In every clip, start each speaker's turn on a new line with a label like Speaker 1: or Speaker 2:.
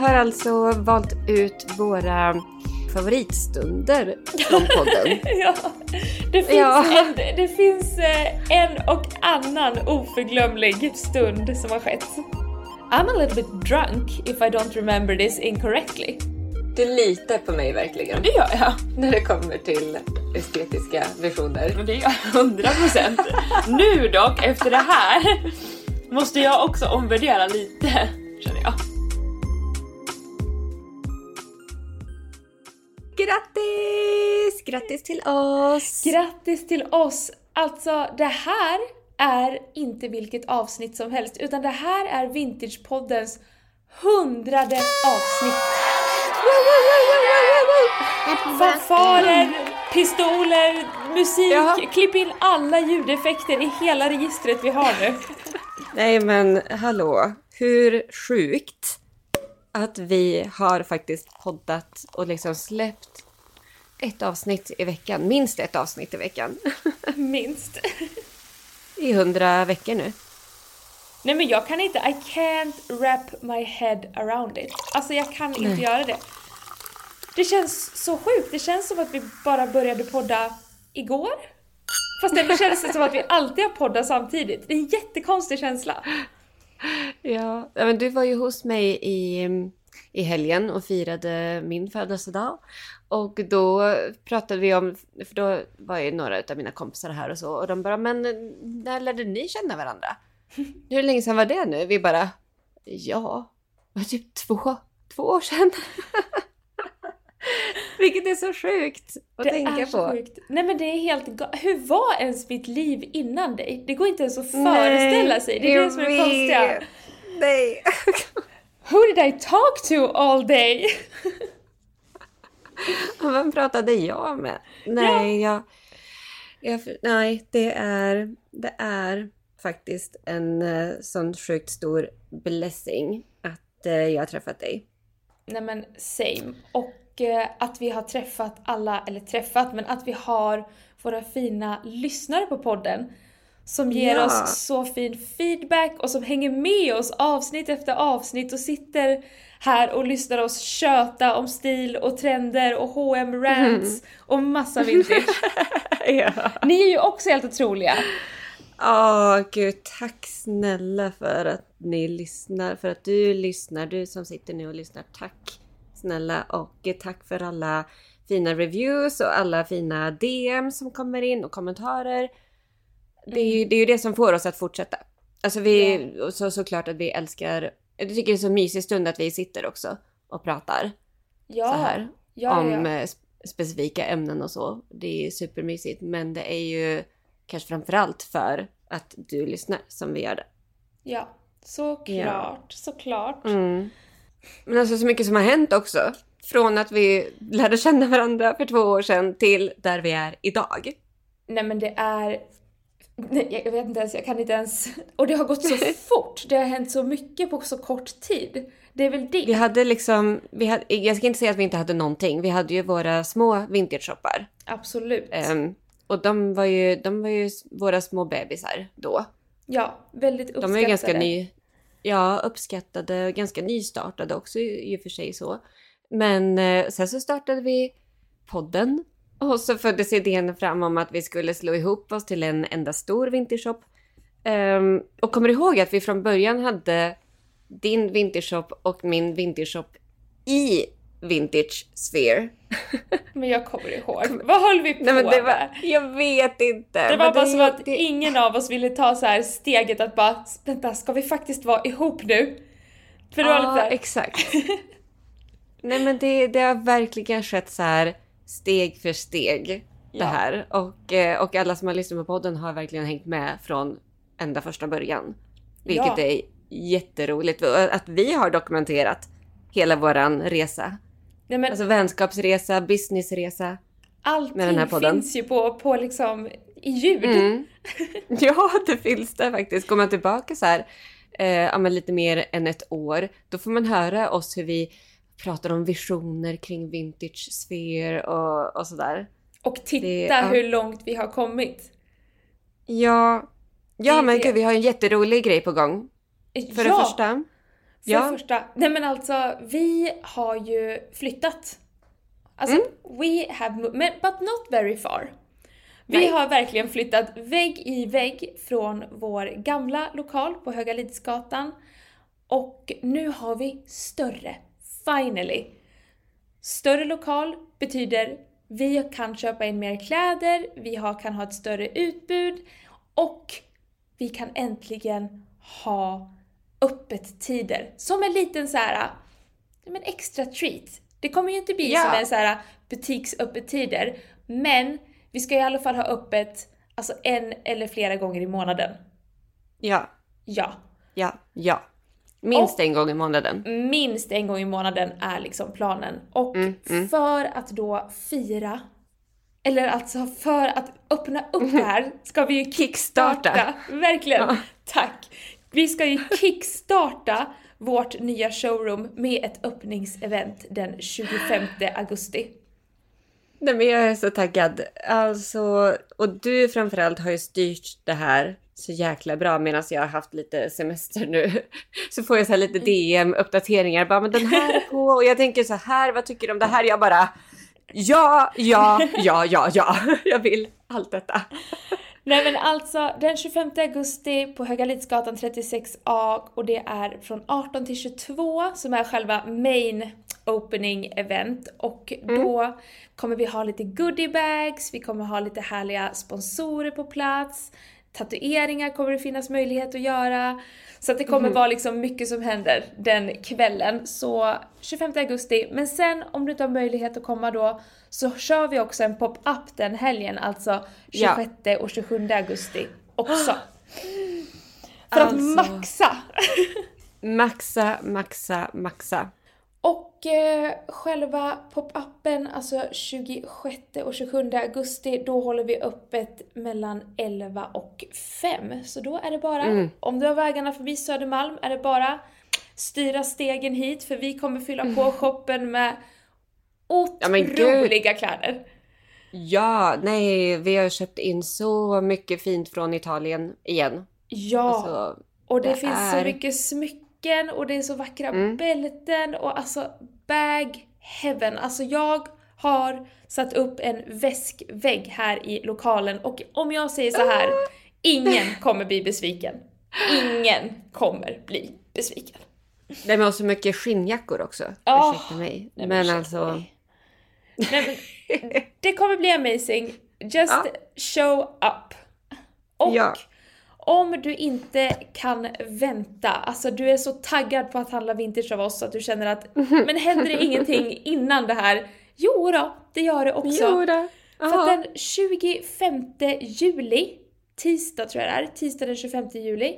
Speaker 1: har alltså valt ut våra favoritstunder från podden.
Speaker 2: ja, det finns,
Speaker 1: Ja.
Speaker 2: En, det finns eh, en och annan oförglömlig stund som har skett. I'm a little bit drunk if I don't remember this incorrectly.
Speaker 1: Du litar på mig verkligen
Speaker 2: Det gör jag.
Speaker 1: när det kommer till estetiska visioner.
Speaker 2: Det gör jag 100%. nu dock, efter det här, måste jag också omvärdera lite, känner jag.
Speaker 1: Grattis! Grattis till oss!
Speaker 2: Grattis till oss! Alltså det här är inte vilket avsnitt som helst utan det här är Vintagepoddens hundrade avsnitt. Fanfarer, pistoler, musik,
Speaker 1: Ja.
Speaker 2: klipp in alla ljudeffekter i hela registret vi har nu.
Speaker 1: Nej men hallå, hur sjukt att vi har faktiskt poddat och liksom släppt ett avsnitt i veckan, minst ett avsnitt i veckan,
Speaker 2: Minst.
Speaker 1: i hundra veckor nu.
Speaker 2: Nej men jag kan inte, I can't wrap my head around it. Alltså jag kan inte göra det. Det känns så sjukt, det känns som att vi bara började podda igår. Fast ändå känns det som att vi alltid har poddat samtidigt. Det är en jättekonstig känsla.
Speaker 1: Ja, ja, men du var ju hos mig i, i helgen och firade min födelsedag. Och då pratade vi om, för då var ju några av mina kompisar här och så, och de bara, men när lärde ni känna varandra? Hur länge sedan var det nu? Vi bara, ja, det var typ två, två år sedan. Vilket är så sjukt att
Speaker 2: det
Speaker 1: tänka
Speaker 2: är så
Speaker 1: på.
Speaker 2: sjukt. Nej men det är helt ga- Hur var ens mitt liv innan dig? Det går inte ens att föreställa sig. Det är det som är det
Speaker 1: jag
Speaker 2: konstiga.
Speaker 1: vet. Nej.
Speaker 2: Who did I talk to all day?
Speaker 1: Och Vem pratade jag med? Nej, jag, jag... Nej, det är, det är faktiskt en eh, sån sjukt stor blessing att eh, jag har träffat dig.
Speaker 2: Nej men same. Och eh, att vi har träffat alla, eller träffat, men att vi har våra fina lyssnare på podden. Som ger
Speaker 1: Ja.
Speaker 2: oss så fin feedback och som hänger med oss avsnitt efter avsnitt och sitter här och lyssnar oss köta om stil och trender och H&M rants
Speaker 1: Mm-hmm.
Speaker 2: och massa vintage.
Speaker 1: Ja.
Speaker 2: Ni är ju också helt otroliga.
Speaker 1: Åh, gud, tack snälla för att ni lyssnar, för att du lyssnar, du som sitter nu och lyssnar. Tack snälla och eh, tack för alla fina reviews och alla fina DM som kommer in och kommentarer. Det är, ju, det är ju det som får oss att fortsätta. Alltså vi, och så, såklart att vi älskar, jag tycker det är så mysig stund att vi sitter också och pratar
Speaker 2: Ja,
Speaker 1: så här
Speaker 2: ja,
Speaker 1: om
Speaker 2: ja.
Speaker 1: eh, sp- specifika ämnen och så. Det är supermysigt, men det är ju kanske framförallt för att du lyssnar som vi gör det.
Speaker 2: ja. Såklart, såklart.
Speaker 1: Men alltså så mycket som har hänt också. Från att vi lärde känna varandra för två år sedan till där vi är idag.
Speaker 2: Nej men det är... Nej, jag- jag vet inte ens, jag kan inte ens... Och det har gått så fort! Det har hänt så mycket på så kort tid. Det är väl
Speaker 1: Vi
Speaker 2: det.
Speaker 1: hade liksom, vi hade, jag ska inte säga att vi inte hade någonting. Vi hade ju våra små vintage-shoppar.
Speaker 2: Absolut.
Speaker 1: Ehm, och de var, ju, de var ju s- våra små bebisar då.
Speaker 2: Ja, väldigt uppskattade.
Speaker 1: De är ju ganska ny, ja, uppskattade och ganska nystartade också i i och för sig så. Men eh, sen så startade vi podden och så föddes idén fram om att vi skulle slå ihop oss till en enda stor vintershop. Ehm, och kommer du ihåg att vi från början hade din vintershop och min vintershop i Vintage Sphere?
Speaker 2: Men jag kommer ihåg. Vad höll vi på
Speaker 1: Nej men det var,
Speaker 2: med?
Speaker 1: jag vet inte.
Speaker 2: Det
Speaker 1: men
Speaker 2: var bara som att
Speaker 1: det-
Speaker 2: ingen av oss ville ta så här steget att bara vänta, ska vi faktiskt vara ihop nu? För det var lite
Speaker 1: Ja,
Speaker 2: så här,
Speaker 1: exakt. Nej men det, det har verkligen skett så här steg för steg det
Speaker 2: Ja.
Speaker 1: här. Och, eh, och alla som har lyssnat på podden har verkligen hängt med från ända första början. Vilket
Speaker 2: Ja.
Speaker 1: är jätteroligt. Och eh, Att vi har dokumenterat hela våran resa.
Speaker 2: nej men
Speaker 1: Alltså vänskapsresa, businessresa.
Speaker 2: allting
Speaker 1: med den här podden.
Speaker 2: finns ju på, på liksom i ljud.
Speaker 1: Mm. Ja, det finns det faktiskt. Går man tillbaka så här, eh, ja, men lite mer än ett år, då får man höra oss hur vi pratar om visioner kring vintage sphere och, och sådär.
Speaker 2: Och titta
Speaker 1: Det- ja.
Speaker 2: hur långt vi har kommit.
Speaker 1: Ja,
Speaker 2: Det är
Speaker 1: ja men
Speaker 2: det.
Speaker 1: gud, vi har en jätterolig grej på gång. För
Speaker 2: ja.
Speaker 1: det första
Speaker 2: För det första, nej men alltså vi har ju flyttat. Alltså, we have moved, men, but not very far. Vi
Speaker 1: Nej.
Speaker 2: har verkligen flyttat vägg i vägg från vår gamla lokal på Höga Lidsgatan. Och nu har vi större, finally. Större lokal betyder vi kan köpa in mer kläder, vi har, kan ha ett större utbud och vi kan äntligen ha öppettider. Som en liten så här, ja, men extra treat. Det kommer ju inte bli
Speaker 1: Ja.
Speaker 2: som en så här butiksöppettider, men vi ska i alla fall ha öppet alltså en eller flera gånger i månaden.
Speaker 1: Ja,
Speaker 2: Ja,
Speaker 1: ja, ja. Minst en gång i månaden.
Speaker 2: minst en gång i månaden är liksom planen. Och för att då fira, eller alltså för att öppna upp det här, ska vi ju kickstarta.
Speaker 1: Kickstarta.
Speaker 2: Verkligen, tack! Vi ska ju kickstarta vårt nya showroom med ett öppningsevent den 25 augusti.
Speaker 1: Nej men jag är så taggad. Alltså, och du framförallt har ju styrt det här så jäkla bra medan jag har haft lite semester nu. Så får jag så här lite DM-uppdateringar. Bara, men den här är på och jag tänker så här, vad tycker du om det här? Jag bara, ja, ja, ja, ja, ja. Jag vill allt detta.
Speaker 2: Nej men alltså, den 25 augusti på Höga Lidsgatan 36A och det är från 18 till 22 som är själva main opening event och då kommer vi ha lite goodiebags, vi kommer ha lite härliga sponsorer på plats, tatueringar kommer det finnas möjlighet att göra. Så att det kommer vara liksom mycket som händer den kvällen. Så 25 augusti, men sen om du inte har möjlighet att komma då så kör vi också en pop-up den helgen, alltså
Speaker 1: Ja.
Speaker 2: 26 och 27 augusti också. För
Speaker 1: Alltså.
Speaker 2: att maxa!
Speaker 1: Maxa, maxa, maxa.
Speaker 2: Och eh, själva pop-upen, alltså 26 och 27 augusti, då håller vi öppet mellan 11 och 5. Så då är det bara,
Speaker 1: Mm.
Speaker 2: om du har vägarna förbi Södermalm, är det bara styra stegen hit för vi kommer fylla på shoppen med
Speaker 1: Mm. men gud.
Speaker 2: otroliga kläder.
Speaker 1: Ja, nej, vi har köpt in så mycket fint från Italien igen.
Speaker 2: Ja!
Speaker 1: Alltså,
Speaker 2: Och det,
Speaker 1: Det
Speaker 2: finns så
Speaker 1: är-
Speaker 2: mycket smycken och det är så vackra bälten och alltså bag heaven. Alltså jag har satt upp en väskvägg här i lokalen och om jag säger så här, ingen kommer bli besviken. Ingen kommer bli besviken.
Speaker 1: nej men och så mycket skinnjackor också.
Speaker 2: Ah,
Speaker 1: Ursäkta mig.
Speaker 2: Nej,
Speaker 1: men
Speaker 2: ursäkta
Speaker 1: alltså.
Speaker 2: mig. Nej, men, det kommer bli amazing. Just
Speaker 1: Ja.
Speaker 2: show up. Och
Speaker 1: Ja.
Speaker 2: om du inte kan vänta, alltså du är så taggad på att handla vintage av oss så att du känner att men händer det ingenting innan det här? Jo då, det gör det också.
Speaker 1: då.
Speaker 2: För att den 25 juli, tisdag tror jag det är, tisdag den 25 juli,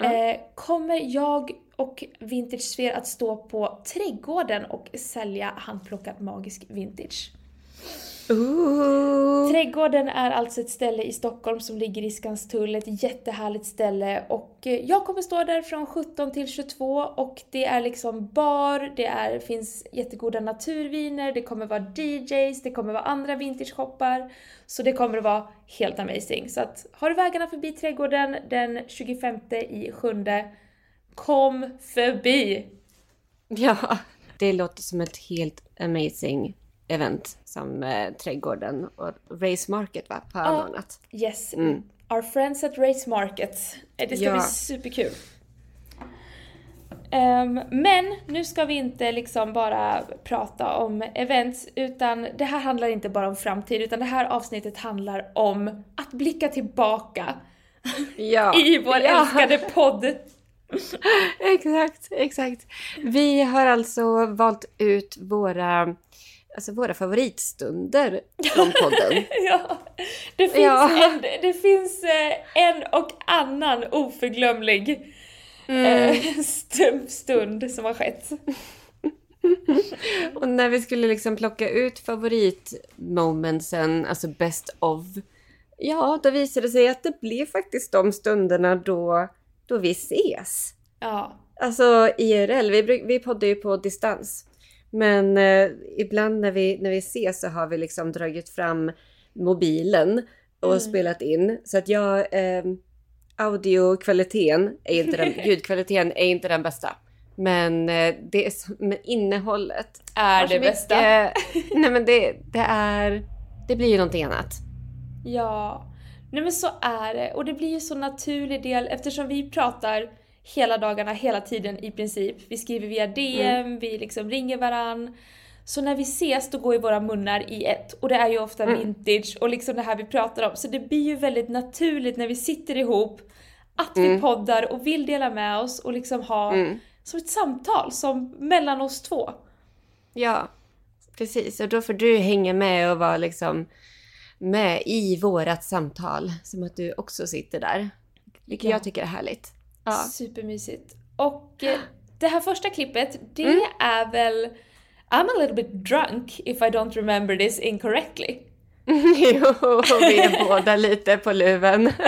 Speaker 2: eh, kommer jag och Vintage Sphere att stå på Trädgården och sälja handplockad magisk vintage.
Speaker 1: Ooh.
Speaker 2: Trädgården är alltså ett ställe i Stockholm som ligger i Skanstull, ett jättehärligt ställe och eh, jag kommer stå där från 17 till 22 och det är liksom bar, det är, finns jättegoda naturviner, det kommer vara DJs, det kommer vara andra vintage-shoppar. Så det kommer att vara helt amazing. Så att, har du vägarna förbi Trädgården den 25 i sjunde, kom förbi!
Speaker 1: Ja, det låter som ett helt amazing event som eh, trädgården och Race Market va, har anordnat.
Speaker 2: Yes, our friends at Race Market. Eh, Det ska
Speaker 1: Mm. Ja.
Speaker 2: bli superkul. Ehm, men nu ska vi inte liksom bara prata om events, utan det här handlar inte bara om framtid, utan det här avsnittet handlar om att blicka tillbaka
Speaker 1: Ja,
Speaker 2: i vår
Speaker 1: ja,
Speaker 2: älskade podd.
Speaker 1: Exakt, exakt. Vi har alltså valt ut våra, alltså våra favoritstunder från podden.
Speaker 2: ja, det finns,
Speaker 1: Ja.
Speaker 2: En, det finns eh, en och annan oförglömlig
Speaker 1: Mm.
Speaker 2: eh, stum- stund som har skett.
Speaker 1: Och när vi skulle liksom plocka ut favoritmomentsen, alltså best of, ja då visade det sig att det blev faktiskt de stunderna då, då vi ses.
Speaker 2: Ja,
Speaker 1: Alltså IRL, vi, bruk- vi poddar ju på distans. Men eh, ibland när vi, när vi ses så har vi liksom dragit fram mobilen och spelat in. Så att ehm, jag, eh, audiokvaliteten är inte den, ljudkvaliteten är inte den bästa. Men, eh, det är, så- men innehållet
Speaker 2: Är
Speaker 1: har så
Speaker 2: det bästa.
Speaker 1: mycket- Nej men det, det är... Det blir ju någonting annat.
Speaker 2: Ja. Nej men så är det. Och det blir ju så naturlig del eftersom vi pratar hela dagarna, hela tiden i princip. Vi skriver via DM, vi liksom ringer varann. Så när vi ses då går ju våra munnar i ett. Och det är ju ofta vintage och liksom det här vi pratar om. Så det blir ju väldigt naturligt när vi sitter ihop att vi poddar och vill dela med oss och liksom ha
Speaker 1: Mm.
Speaker 2: som ett samtal som mellan oss två.
Speaker 1: Ja, precis. Och då får du hänga med och vara liksom med i vårat samtal. Som att du också sitter där. Vilket
Speaker 2: Ja.
Speaker 1: jag tycker är härligt. Ja.
Speaker 2: Supermysigt. Och eh, det här första klippet, det är väl I'm a little bit drunk if I don't remember this incorrectly.
Speaker 1: jo, vi är båda lite på luven.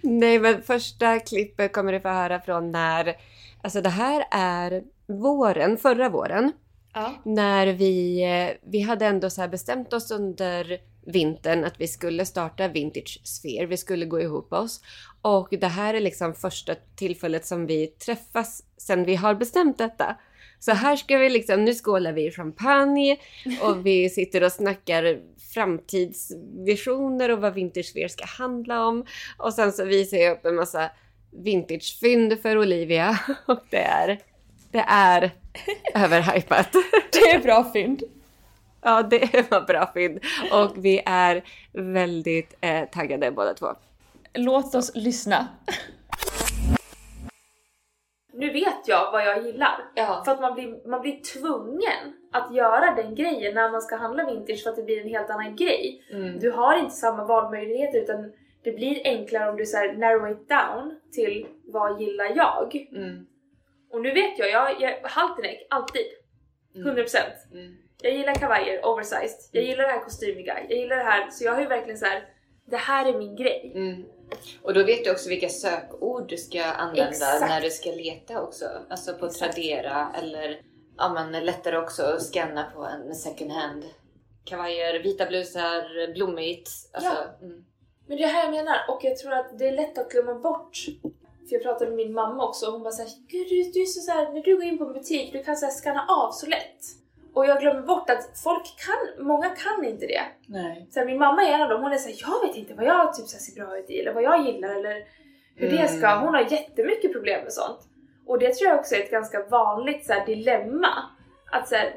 Speaker 1: Nej, men första klippet kommer du få höra från när... Alltså det här är våren, förra våren.
Speaker 2: Ja.
Speaker 1: när vi, eh, vi hade ändå så här bestämt oss under vintern att vi skulle starta Vintage Sphere, vi skulle gå ihop oss. Och det här är liksom första tillfället som vi träffas sen vi har bestämt detta. Så här ska vi liksom, nu skålar vi i champagne och vi sitter och snackar framtidsvisioner och vad Vintage Sphere ska handla om. Och sen så visar jag upp en massa vintagefynd för Olivia och det är, det är överhypat.
Speaker 2: Det är bra fynd.
Speaker 1: Ja, det var bra fynd. Och vi är väldigt eh, taggade båda två.
Speaker 2: Låt oss lyssna. Nu vet jag vad jag gillar.
Speaker 1: Ja.
Speaker 2: För att man blir, man blir tvungen att göra den grejen när man ska handla vintage för att det blir en helt annan grej. Du har inte samma valmöjligheter utan det blir enklare om du så här narrow it down till vad gillar jag? Och nu vet jag, jag, jag halterneck, alltid. 100%. Jag gillar kavajer, oversized. Jag gillar det här kostymiga. Jag gillar det här. Så jag har ju verkligen så här. det här är min grej.
Speaker 3: Mm. Och då vet du också vilka sökord du ska använda
Speaker 2: Exakt.
Speaker 3: när du ska leta också. Alltså på Tradera eller ja, men lättare också att scanna på en second hand. Kavajer, vita blusar, blommigt. Alltså,
Speaker 2: Ja.
Speaker 3: mm.
Speaker 2: Men det är det här jag menar och jag tror att det är lätt att glömma bort. För jag pratade med min mamma också och hon bara såhär, gud du, du är så såhär, när du går in på en butik, du kan såhär scanna av så lätt. Och jag glömmer bort att folk kan, många kan inte det.
Speaker 3: Nej.
Speaker 2: Så här, min mamma är en av dem, hon är såhär, jag vet inte vad jag typ så här, ser bra ut i eller vad jag gillar eller hur det ska.
Speaker 3: Mm.
Speaker 2: Hon har jättemycket problem med sånt. Och det tror jag också är ett ganska vanligt så här, dilemma. Att så här,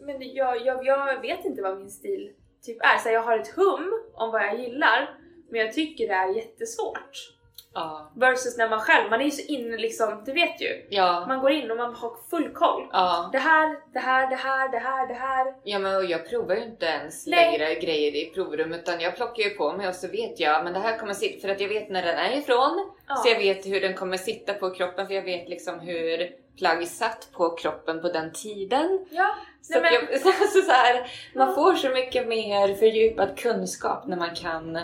Speaker 2: men jag, jag, jag vet inte vad min stil typ är. Så här, jag har ett hum om vad jag gillar men jag tycker det är jättesvårt.
Speaker 3: Ja.
Speaker 2: Versus när man själv, man är ju så inne liksom, du vet ju.
Speaker 3: Ja.
Speaker 2: Man går in och man har full koll.
Speaker 3: ja.
Speaker 2: Det här, det här, det här, det här, det här.
Speaker 3: Ja men och jag provar ju inte ens
Speaker 2: Nej.
Speaker 3: längre grejer i provrum utan jag plockar ju på mig och så vet jag men det här kommer sitta för att jag vet när den är ifrån
Speaker 2: Ja.
Speaker 3: så jag vet hur den kommer sitta på kroppen för jag vet liksom hur plagg satt på kroppen på den tiden.
Speaker 2: Ja,
Speaker 3: Så,
Speaker 2: Nej,
Speaker 3: att
Speaker 2: men-
Speaker 3: jag, så, så här,
Speaker 2: Ja.
Speaker 3: man får så mycket mer fördjupad kunskap när man kan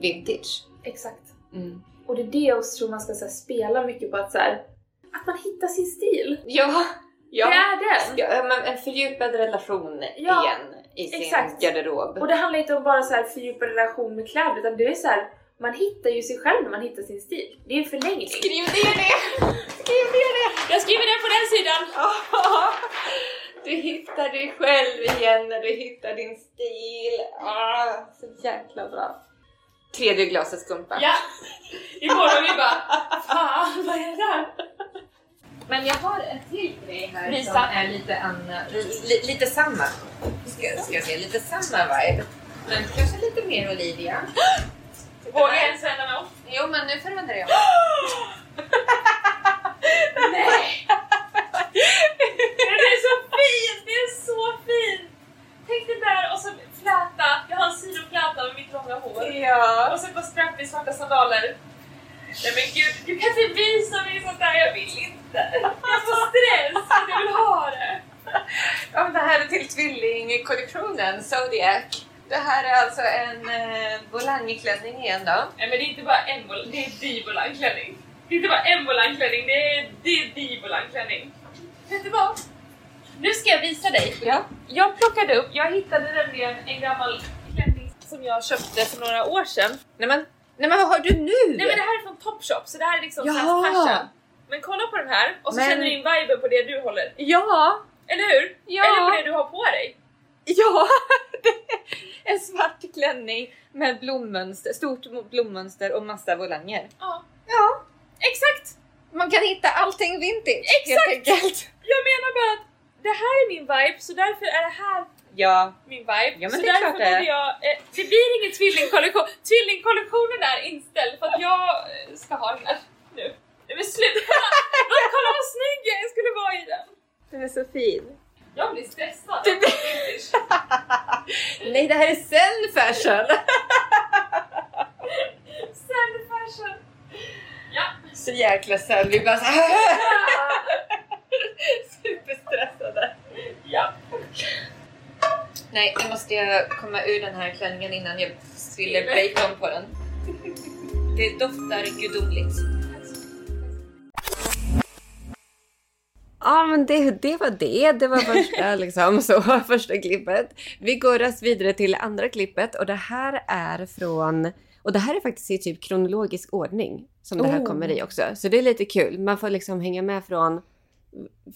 Speaker 3: vintage.
Speaker 2: exakt.
Speaker 3: Mm.
Speaker 2: Och det är det jag också tror man ska så här, spela mycket på, att, så här, att man hittar sin stil.
Speaker 3: Ja, ja.
Speaker 2: Det är den!
Speaker 3: ja men en fördjupad relation
Speaker 2: Ja,
Speaker 3: igen i sin
Speaker 2: exakt.
Speaker 3: garderob.
Speaker 2: Och det handlar inte om bara så här fördjupa relation med kläder, utan det är så här, man hittar ju sig själv när man hittar sin stil. Det är en förlängning.
Speaker 3: Skriv ner det! Skriv ner det!
Speaker 2: Jag skriver det på den sidan!
Speaker 3: Ah, Du hittar dig själv igen när du hittar din stil. Ah, så jäkla bra. Tredje glaset skumpa.
Speaker 2: Ja! Imorgon vi bara Fan vad är det där?
Speaker 3: Men jag har en till grej här
Speaker 2: Visa.
Speaker 3: som är lite annan, li, lite samma. Ska, ska jag se, lite samma vibe. Men kanske lite mer Olivia.
Speaker 2: Vågar jag ens vända mig om?
Speaker 3: Jo men nu förändrar jag
Speaker 2: Nej! Den är så fin! Den är så fin! Tänk det där och så fläta, jag har en sidofläta med mitt långa hår.
Speaker 3: Ja.
Speaker 2: Och så på strappy svarta sandaler. Nej men gud, du kan inte visa mig sånt där, jag vill inte. Jag får stress, jag vill ha det.
Speaker 3: ja men det här är till tvillingkollektionen Zodiac. Det här är alltså en eh, volangklänning igen då.
Speaker 2: Nej men det är inte bara en bolan, det är dibolanklänning. Det är inte bara en bolanklänning, det är, det är dibolanklänning. Vet du vad? Nu ska jag visa dig.
Speaker 3: Ja.
Speaker 2: Jag plockade upp, jag hittade nämligen en gammal klänning som jag köpte för några år sedan.
Speaker 3: Nej men, nej men vad har du nu?
Speaker 2: Nej men det här är från Topshop, så det här är liksom fast
Speaker 3: Jaha.
Speaker 2: fashion.
Speaker 4: Men kolla på den här och så
Speaker 1: Men-
Speaker 4: känner du in viben på det du håller.
Speaker 1: Ja!
Speaker 4: Eller hur?
Speaker 1: Ja.
Speaker 4: Eller på det du har på dig.
Speaker 1: Ja! det är en svart klänning med blommönster, stort blommönster och massa volanger.
Speaker 4: Ja.
Speaker 1: Ja,
Speaker 4: Exakt!
Speaker 1: man kan hitta allting vintage Exakt. helt enkelt.
Speaker 4: Jag menar bara att det här är min vibe så därför är det här
Speaker 1: Ja,
Speaker 4: min vibe.
Speaker 1: Ja, men
Speaker 4: så
Speaker 1: det är
Speaker 4: därför
Speaker 1: klart det är.
Speaker 4: borde jag... Eh, det blir ingen tvillingkollektion. Tvillingkollektionen är inställd för att jag eh, ska ha den här nu. Nej men sluta! Men kolla vad snygg jag skulle vara i den!
Speaker 1: den är så fin.
Speaker 4: Jag blir stressad.
Speaker 1: Du Nej, det här är sell fashion!
Speaker 4: Sen fashion. Ja.
Speaker 1: Så jäkla sell, vi bara såhär superstressade.
Speaker 4: Ja.
Speaker 1: Nej, nu måste jag komma ur den här klänningen innan jag spiller bacon på den. Det doftar gudomligt. Ja men det, det var det. Det var första, liksom, så, första klippet. Vi går raskt vidare till andra klippet och det här är från... Och det här är faktiskt i typ kronologisk ordning som det här
Speaker 2: Oh.
Speaker 1: kommer i också. Så det är lite kul. Man får liksom hänga med från,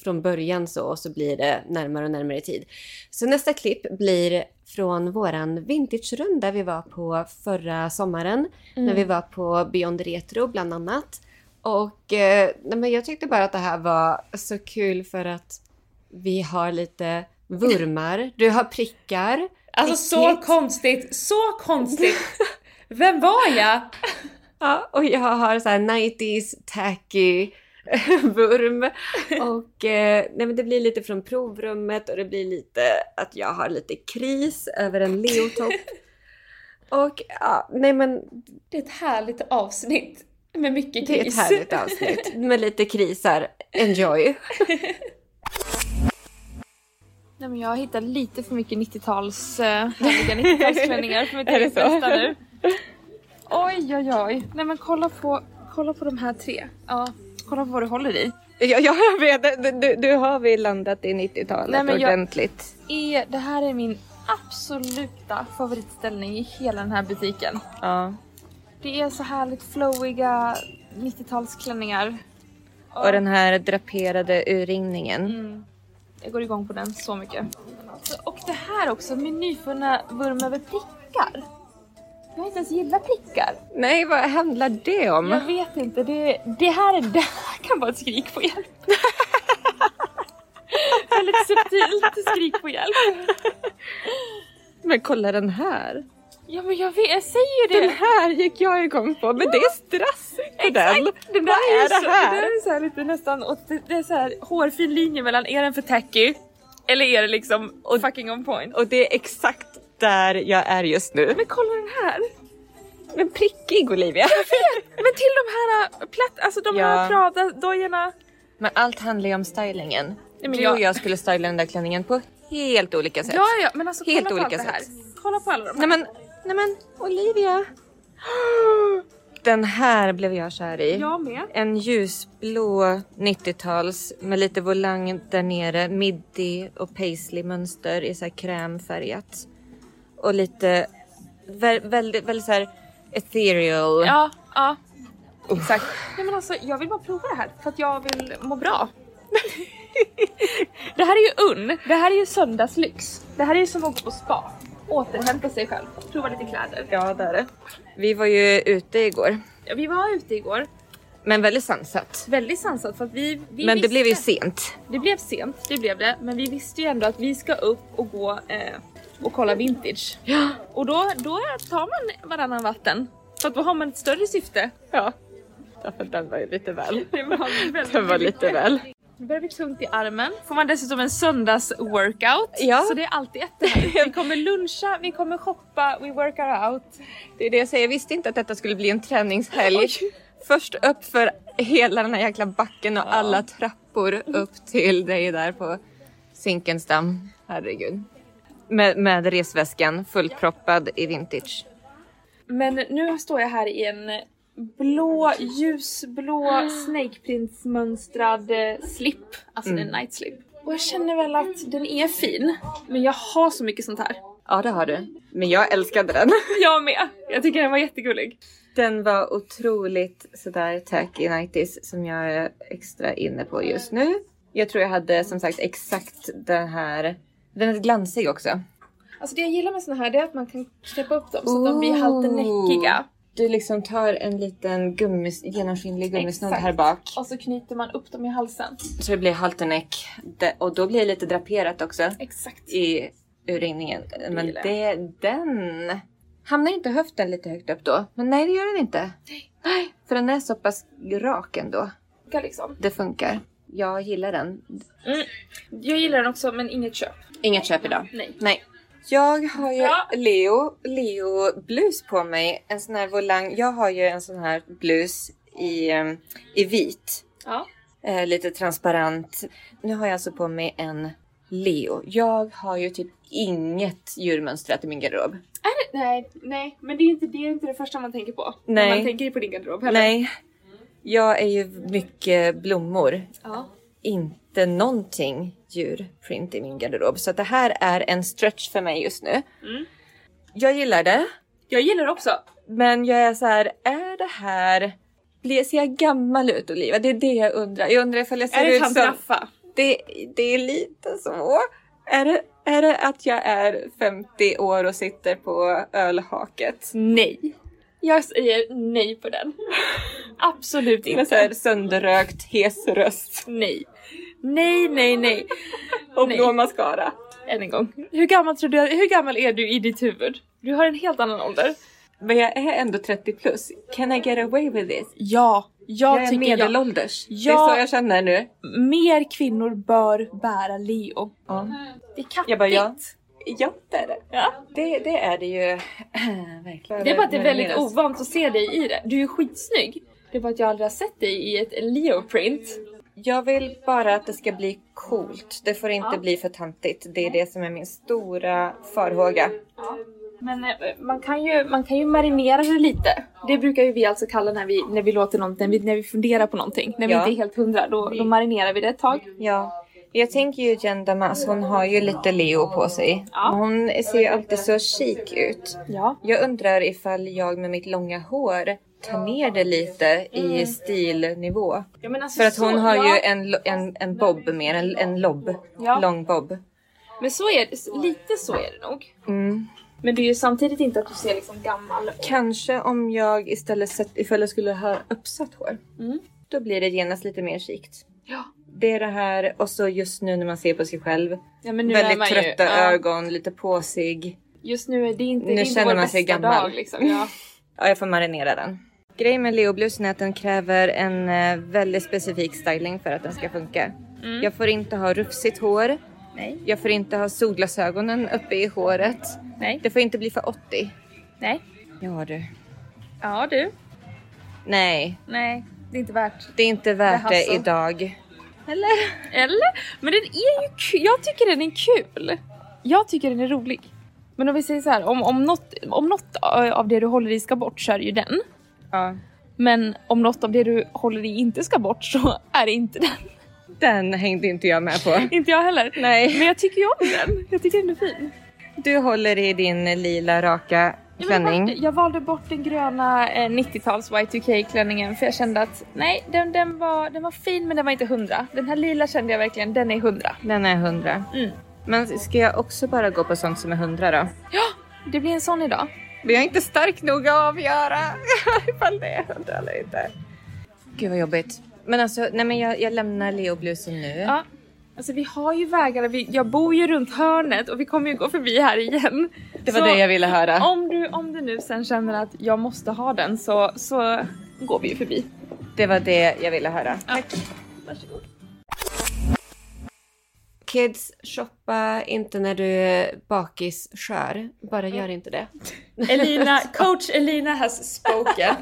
Speaker 1: från början så och så blir det närmare och närmare i tid. Så nästa klipp blir från våran vintage-runda vi var på förra sommaren. När
Speaker 2: Mm.
Speaker 1: vi var på Beyond Retro bland annat. Och eh, nej, men jag tyckte bara att det här var så kul för att vi har lite vurmar, du har prickar.
Speaker 2: Alltså så
Speaker 1: Äckligt.
Speaker 2: konstigt, så konstigt! Vem var jag?
Speaker 1: Ja, och jag har så här 90s tacky vurm. Och eh, nej, men det blir lite från provrummet och det blir lite att jag har lite kris över en leotopp. Och ja, nej men
Speaker 2: Det är ett härligt avsnitt med mycket
Speaker 1: Det är ett
Speaker 2: kris.
Speaker 1: härligt avsnitt med lite krisar. Enjoy!
Speaker 5: Nej, men jag har hittat lite för mycket 90-tals, eh, härliga 90-talsklänningar för mitt eget bästa nu. Oj, oj, oj. Nej men kolla på, kolla på de här tre. Ja, kolla på vad du håller i.
Speaker 6: Ja, ja, jag vet. Du- Du, du har vi landat i 90-talet
Speaker 5: Nej, men jag-
Speaker 6: ordentligt.
Speaker 5: Är, E, det här är min absoluta favoritställning i hela den här butiken.
Speaker 6: Ja.
Speaker 5: Det är så härligt flowiga 90-talsklänningar.
Speaker 6: Och den här draperade urringningen.
Speaker 5: Mm. Jag går igång på den så mycket. Så, och det här också, min nyfunna vurm över prickar. Jag har inte ens gillat prickar.
Speaker 6: Nej, vad handlar det om?
Speaker 5: Jag vet inte, det, det, här, är, det här kan vara ett skrik på hjälp. Väldigt subtilt skrik på hjälp.
Speaker 6: Men kolla den här.
Speaker 5: Ja men jag, vet, jag säger ju
Speaker 6: Den
Speaker 5: det.
Speaker 6: här gick jag igång på, men det är strass på den.
Speaker 5: Den
Speaker 6: Vad är det
Speaker 5: så,
Speaker 6: här?
Speaker 5: Det där är så här lite nästan, åt- det, det är så här hårfin linje mellan är den för tacky eller är det liksom fucking on point.
Speaker 6: Och det är exakt där jag är just nu.
Speaker 5: Men kolla den här!
Speaker 6: Men prickig Olivia.
Speaker 5: Men till de här äh, platt, alltså de
Speaker 6: Ja.
Speaker 5: här Prada-dojorna.
Speaker 6: Men allt handlar ju om stylingen.
Speaker 5: men
Speaker 6: du
Speaker 5: jag-
Speaker 6: och jag skulle styla den där klänningen på helt olika sätt.
Speaker 5: Ja ja, men alltså
Speaker 6: Helt
Speaker 5: kolla på
Speaker 6: olika
Speaker 5: allt det här.
Speaker 6: sätt.
Speaker 5: Kolla på alla de
Speaker 6: Nej
Speaker 5: här.
Speaker 6: men, nej men Olivia. Den här blev jag kär i.
Speaker 5: Jag med.
Speaker 6: En ljusblå 90-tals med lite volang där nere, midi och paisley mönster i så här krämfärgat. Och lite vä- väldigt, väldigt så här ethereal.
Speaker 5: Ja, ja. Exakt. Nej, men alltså, jag vill bara prova det här för att jag vill må bra. det här är ju unn. Det här är ju söndagslyx. Det här är ju som att gå på spa. Återhämta sig själv. Prova lite kläder.
Speaker 6: ja det är det. Vi var ju ute igår,
Speaker 5: Ja, vi var ute igår.
Speaker 6: men väldigt sansat.
Speaker 5: Väldigt sansat för att vi,
Speaker 6: men
Speaker 5: vi
Speaker 6: det
Speaker 5: visste,
Speaker 6: blev ju sent.
Speaker 5: det blev sent, det blev det. Men vi visste ju ändå att vi ska upp och gå eh, och kolla vintage. Ja. Och då, då tar man varannan vatten. För att då har man ett större syfte.
Speaker 6: Ja, därför den var ju lite väl.
Speaker 5: Det var väldigt
Speaker 6: Den var lite väl.
Speaker 5: Nu börjar det bli tungt i armen. Får man dessutom en söndagsworkout.
Speaker 6: Ja.
Speaker 5: Så det är alltid ett det här. Vi kommer luncha, vi kommer shoppa, we work our out.
Speaker 6: Det är det jag säger, jag visste inte att detta skulle bli en träningshelg. Först upp för hela den här jäkla backen och alla trappor upp till dig där på Zinkensdamm. Herregud. Med, med resväskan fullproppad i vintage.
Speaker 5: Men nu står jag här i en blå,
Speaker 1: Ah.
Speaker 5: ljusblå snakeprintsmönstrad eh, slip. Alltså det är
Speaker 1: Mm.
Speaker 5: en night slip. Och jag känner väl att den är fin. Men jag har så mycket sånt här.
Speaker 6: Ja det har du. Men jag älskade den.
Speaker 5: Jag med! Jag tycker den var jättegullig.
Speaker 1: Den var otroligt sådär tacky nighties som jag är extra inne på just nu. Jag tror jag hade som sagt exakt den här. Den är glansig också.
Speaker 5: Alltså det jag gillar med såna här det är att man kan knäppa upp dem så att de blir haltenäckiga.
Speaker 1: Du liksom tar en liten gummis, genomskinlig gummisnodd
Speaker 5: Exakt.
Speaker 1: här bak.
Speaker 5: Och så knyter man upp dem i halsen.
Speaker 1: Så det blir halterneck. Det- Och då blir det lite draperat också
Speaker 5: Exakt.
Speaker 1: i urringningen. Men
Speaker 5: gillar
Speaker 1: det, den... Hamnar inte höften lite högt upp då? Men nej, det gör den inte. Nej, för den är så pass rak ändå.
Speaker 5: Liksom.
Speaker 1: Det funkar. Jag gillar den.
Speaker 5: Jag gillar den också men inget köp.
Speaker 1: Inget köp idag.
Speaker 5: Nej.
Speaker 1: Jag har ju
Speaker 5: Ja.
Speaker 1: Leo, Leo blus på mig. En sån här volang. Jag har ju en sån här blus i, em, i vit.
Speaker 5: Ja.
Speaker 1: Eh, lite transparent. Nu har jag alltså på mig en Leo. Jag har ju typ inget djurmönstrat i min garderob.
Speaker 5: Nej, nej, men det är, inte, det är inte det första man tänker på.
Speaker 1: Nej.
Speaker 5: När man tänker på din garderob heller.
Speaker 1: Nej. Jag är ju mycket blommor.
Speaker 5: Ja.
Speaker 1: Inte någonting djurprint i min garderob. Så att det här är en stretch för mig just nu. Jag gillar det.
Speaker 5: Jag gillar det också.
Speaker 1: Men jag är så här, är det här... Blir, ser jag gammal ut Olivia? Det är det jag undrar. Jag undrar ifall jag ser
Speaker 5: Är det
Speaker 1: ut
Speaker 5: tant
Speaker 1: som...
Speaker 5: Raffa?
Speaker 1: Det, det är lite så. Är det, är det att jag är 50 år och sitter på ölhaket?
Speaker 5: Nej. Jag säger nej på den. Absolut
Speaker 1: Med så
Speaker 5: inte.
Speaker 1: här sönderrökt, hes röst
Speaker 5: Nej. Nej, nej, nej.
Speaker 1: och
Speaker 5: Nej.
Speaker 1: blå mascara.
Speaker 5: Än en gång. Hur gammal, tror du, hur gammal är du i ditt huvud? Du har en helt annan ålder.
Speaker 1: Men jag är ändå 30 plus. Can I get away with this?
Speaker 5: Ja, jag,
Speaker 1: Jag är
Speaker 5: tycker jag,
Speaker 1: medelålders. Det
Speaker 5: Jag-
Speaker 1: är så jag känner nu.
Speaker 5: mer kvinnor bör bära Leo.
Speaker 1: Ja.
Speaker 5: Det är kappigt.
Speaker 1: Jag bara, ja. Ja, det är det.
Speaker 5: Ja.
Speaker 1: Det, det är det ju. Verkligen.
Speaker 5: Det är bara att det är väldigt
Speaker 1: Minimeras.
Speaker 5: ovant att se dig i det. Du är ju skitsnygg. Det är bara att jag aldrig har sett dig i ett Leo-print.
Speaker 1: Jag vill bara att det ska bli coolt. Det får inte bli för tantigt. Det är det som är min stora farhåga.
Speaker 5: Men eh, man kan, ju, man kan ju marinera det lite. Det brukar ju vi alltså kalla när vi, när vi låter någonting, när vi- när vi funderar på någonting. När vi
Speaker 1: Ja.
Speaker 5: inte är helt hundra, då, då marinerar vi det ett tag.
Speaker 1: Ja. Jag tänker ju Jen Damas, hon har ju lite Leo på sig.
Speaker 5: Ja.
Speaker 1: Hon ser ju alltid så chic ut.
Speaker 5: Ja.
Speaker 1: Jag undrar ifall jag med mitt långa hår tar ner det lite i stilnivå.
Speaker 5: ja men alltså
Speaker 1: För att hon
Speaker 5: Mm. så,
Speaker 1: har
Speaker 5: ja,
Speaker 1: ju en, lo- en, en bob mer, en, en lobb.
Speaker 5: Ja.
Speaker 1: Lång bob.
Speaker 5: Men så är det, lite så är det nog.
Speaker 1: Mm.
Speaker 5: Men det är ju samtidigt inte att du ser liksom gammal
Speaker 1: Kanske om jag istället sett, ifall jag skulle ha uppsatt hår. Då blir det genast lite mer sikt.
Speaker 5: Mm. Ja.
Speaker 1: Det är det här och så just nu när man ser på sig själv.
Speaker 5: Ja, men nu är
Speaker 1: väldigt
Speaker 5: man ju,
Speaker 1: trötta
Speaker 5: ja.
Speaker 1: ögon, lite påsig.
Speaker 5: Just nu är det inte,
Speaker 1: Nu
Speaker 5: det är inte
Speaker 1: känner
Speaker 5: vår
Speaker 1: man sig
Speaker 5: bästa
Speaker 1: gammal.
Speaker 5: dag liksom. Ja.
Speaker 1: Ja, jag får marinera den. Grejen med Leo-blusen är att den kräver en eh, väldigt specifik styling för att den ska funka. Jag får inte ha rufsigt hår.
Speaker 5: Mm. Nej.
Speaker 1: Jag får inte ha solglasögonen uppe i håret.
Speaker 5: Nej.
Speaker 1: Det får inte bli för 80.
Speaker 5: Nej.
Speaker 1: Ja du.
Speaker 5: Ja du.
Speaker 1: Nej,
Speaker 5: Nej, det är inte värt.
Speaker 1: det är inte värt
Speaker 5: Det är
Speaker 1: det
Speaker 5: hassel.
Speaker 1: idag.
Speaker 5: Eller? Men den är ju kul. Jag tycker den är kul. Jag tycker den är rolig. Men om vi säger så här, om, om, något, om något av det du håller i ska bort så är det ju den.
Speaker 1: Ja.
Speaker 5: Men om något av det du håller i inte ska bort så är det inte den.
Speaker 1: Den hängde inte jag med på.
Speaker 5: Inte jag heller.
Speaker 1: Nej.
Speaker 5: Men jag tycker ju om den. Jag tycker den är fin.
Speaker 1: Du håller i din lila raka
Speaker 5: Jag, vill
Speaker 1: klänning.
Speaker 5: bort- jag valde bort den gröna eh, 90-tals Y2K-klänningen för jag kände att nej, den, den, var, den var fin men den var inte hundra. Den här lila kände jag verkligen, den är hundra.
Speaker 1: Den är 100.
Speaker 5: Mm.
Speaker 1: Men ska jag också bara gå på sånt som är 100 då?
Speaker 5: Det blir en sån idag.
Speaker 1: Men jag är inte stark nog att avgöra ifall det är 100 eller inte. Gud vad jobbigt. Men alltså, nej men jag, jag lämnar Leo-blusen nu.
Speaker 5: Ja. Alltså vi har ju vägarna, vi, jag bor ju runt hörnet och vi kommer ju gå förbi här igen.
Speaker 1: det var det jag ville höra.
Speaker 5: Om du, om du nu sen känner att jag måste ha den så, så går vi ju förbi.
Speaker 1: Det var det jag ville höra.
Speaker 5: Tack.
Speaker 1: Kids, shoppa inte när du är bakisskör. Bara gör inte det.
Speaker 2: Elina, coach Elina has spoken.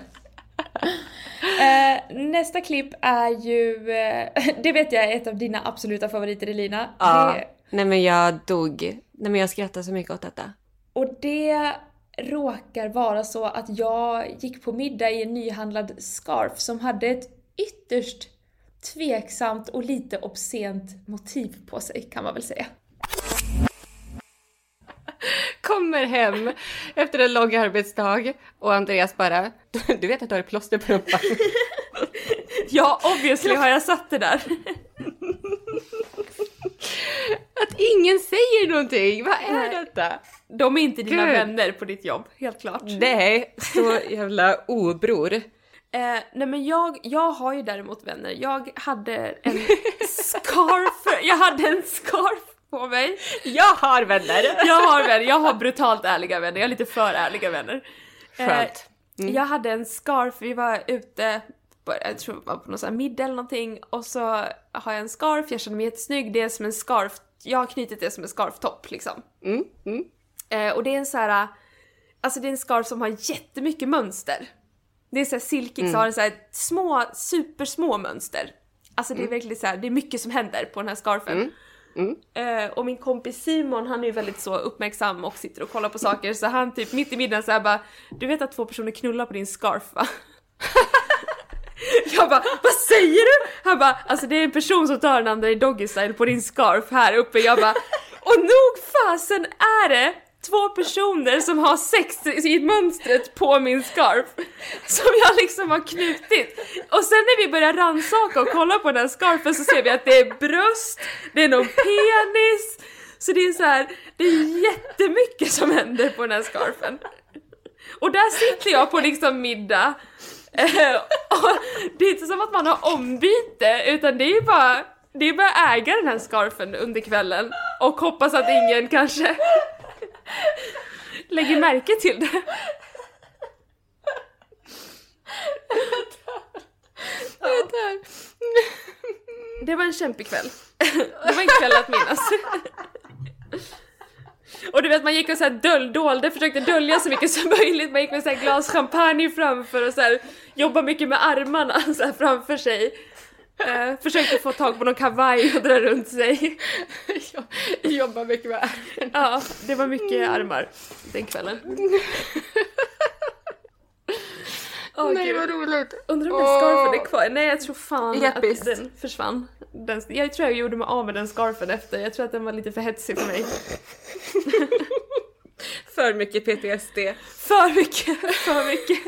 Speaker 2: Eh, nästa klipp är ju, eh, det vet jag är ett av dina absoluta favoriter Elina.
Speaker 1: Ja.
Speaker 2: Det,
Speaker 1: Nej men jag dog. Nej men jag skrattar så mycket åt detta.
Speaker 2: och det råkar vara så att jag gick på middag i en nyhandlad scarf som hade ett ytterst tveksamt och lite obscent motiv på sig kan man väl säga.
Speaker 1: kommer hem efter en lång arbetsdag och Andreas bara, du vet att du har ett plåster på rumpan?
Speaker 2: Ja, obviously har jag satt det där.
Speaker 1: Att ingen säger någonting, vad är detta?
Speaker 2: De är inte dina
Speaker 1: Gud.
Speaker 2: vänner på ditt jobb, helt klart.
Speaker 1: Nej, så jävla obror.
Speaker 2: Eh, nej men jag, jag har ju däremot vänner. Jag hade en scarf, jag hade en scarf på mig.
Speaker 1: Jag har vänner!
Speaker 2: Jag har vänner, jag har brutalt ärliga vänner, jag har lite för ärliga vänner. Eh,
Speaker 1: Skönt. Mm.
Speaker 2: Jag hade en scarf, vi var ute, på, jag tror det var på någon sån här middag eller någonting och så har jag en scarf, jag känner mig jättesnygg, det är som en scarf, jag har knutit det som en scarftopp liksom.
Speaker 1: Mm, mm.
Speaker 2: Eh, och det är en så här, alltså det är en scarf som har jättemycket mönster. Det är så här silkigt, så har den så här små, supersmå mönster. Alltså det är verkligen så här, det är mycket som händer på den här scarfen. Eh, och min kompis Simon han är ju väldigt så uppmärksam och sitter och kollar på saker så han typ mitt i middagen såhär bara Du vet att två personer knullar på din scarf va? Jag bara vad säger du? Han bara alltså det är en person som tar den andra i doggy style på din scarf här uppe. Jag bara och nog fasen är det två personer som har sex i mönstret på min scarf som jag liksom har knutit. Och sen när vi börjar rannsaka och kolla på den här scarfen så ser vi att det är bröst, det är någon penis. Så det är så här, det är jättemycket som händer på den här scarfen. Och där sitter jag på liksom middag. Eh, och det är inte som att man har ombyte utan det är ju bara, det är bara att äga den här scarfen under kvällen och hoppas att ingen kanske lägger märke till det. Det var en kämpig kväll. Det var en kväll att minnas. Och du vet man gick och så här döl, dolde, försökte dölja så mycket som möjligt. Man gick med så här glas champagne framför och så här jobbade mycket med armarna så här framför sig. Eh, försökte få tag på någon kavaj och dra runt sig.
Speaker 1: Jobbar mycket med Mm.
Speaker 2: Ja, det var mycket armar den kvällen. Åh,
Speaker 1: Nej
Speaker 2: gud.
Speaker 1: vad roligt!
Speaker 2: Undrar om den scarfen är kvar? Nej jag tror fan
Speaker 1: Episkt.
Speaker 2: att den försvann. Den, jag tror jag gjorde mig av med den scarfen efter, jag tror att den var lite för hetsig för mig.
Speaker 1: För mycket PTSD.
Speaker 2: För mycket, för mycket.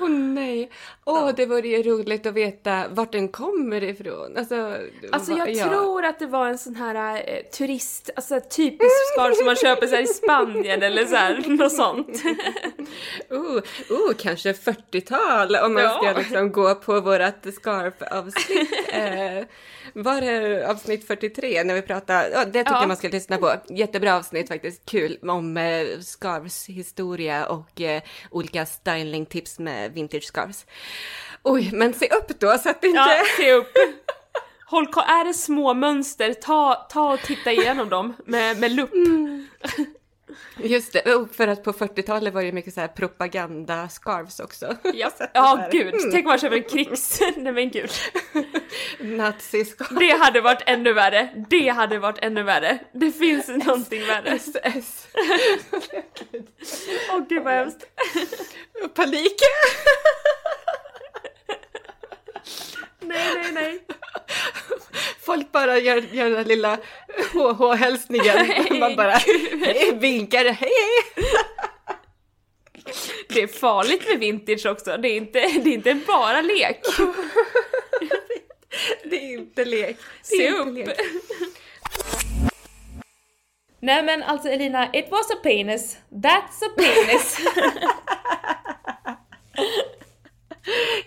Speaker 1: Åh nej! Åh det vore ju roligt att veta vart den kommer ifrån. Alltså,
Speaker 2: Alltså
Speaker 1: va-
Speaker 2: jag
Speaker 1: ja.
Speaker 2: tror att det var en sån här eh, turist, alltså typisk scarf som man köper så här i Spanien eller så här, något sånt.
Speaker 1: Oh, oh, kanske 40-tal om man
Speaker 2: Ja.
Speaker 1: ska liksom gå på vårt scarf-avsnitt. eh, var det avsnitt 43 när vi pratade? ja det tycker
Speaker 2: Ja.
Speaker 1: jag man ska lyssna på. Jättebra avsnitt faktiskt. Kul om eh, scarves historia och eh, olika stylingtips med vintage scarves. Oj, men se upp då så att inte...
Speaker 2: Ja, se upp. Håll ko- är det små mönster, ta, ta och titta igenom dem med, med lupp.
Speaker 1: Just det, oh, för att på 40-talet var det ju mycket så här propaganda-scarves också.
Speaker 2: Ja, ja gud, tänk om man köper en krigs... Nej men gud.
Speaker 1: Nazi-scarves.
Speaker 2: Det hade varit ännu värre. Det hade varit ännu värre. Det finns någonting värre.
Speaker 1: SS.
Speaker 2: Åh gud vad hemskt.
Speaker 1: Panik!
Speaker 2: Nej, nej, nej.
Speaker 1: Folk bara gör, gör den där lilla HH-hälsningen. Man bara hej, vinkar hej hej.
Speaker 2: Det är farligt med vintage också. Det är inte, det är inte bara lek.
Speaker 1: Det är inte lek. Det är
Speaker 2: Se
Speaker 1: inte
Speaker 2: upp.
Speaker 1: lek.
Speaker 2: Nej men alltså Elina, it was a penis. That's a penis.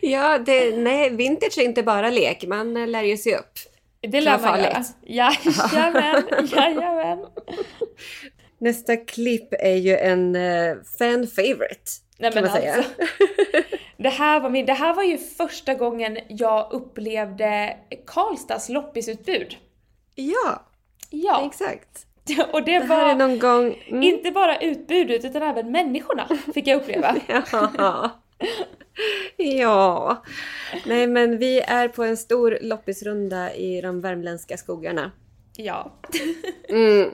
Speaker 3: Ja, det, nej, vintage är inte bara lek. Man eh, lär ju sig upp.
Speaker 2: Det
Speaker 3: lär
Speaker 2: lär
Speaker 3: man
Speaker 2: man
Speaker 3: göra.
Speaker 2: göra. Jajamän, jajamän.
Speaker 3: Nästa klipp är ju en eh, fan favorite.
Speaker 2: Nej
Speaker 3: kan
Speaker 2: men
Speaker 3: man säga.
Speaker 2: alltså. Det här, var min, det här var ju första gången jag upplevde Karlstads loppisutbud.
Speaker 3: Ja,
Speaker 2: Ja,
Speaker 3: exakt.
Speaker 2: och det
Speaker 3: Det här är
Speaker 2: var
Speaker 3: någon gång... Mm,
Speaker 2: inte bara utbudet utan även människorna fick jag uppleva.
Speaker 3: ja. ja. Nej, men vi är på en stor loppisrunda i de värmländska skogarna.
Speaker 2: Ja.
Speaker 3: Mm.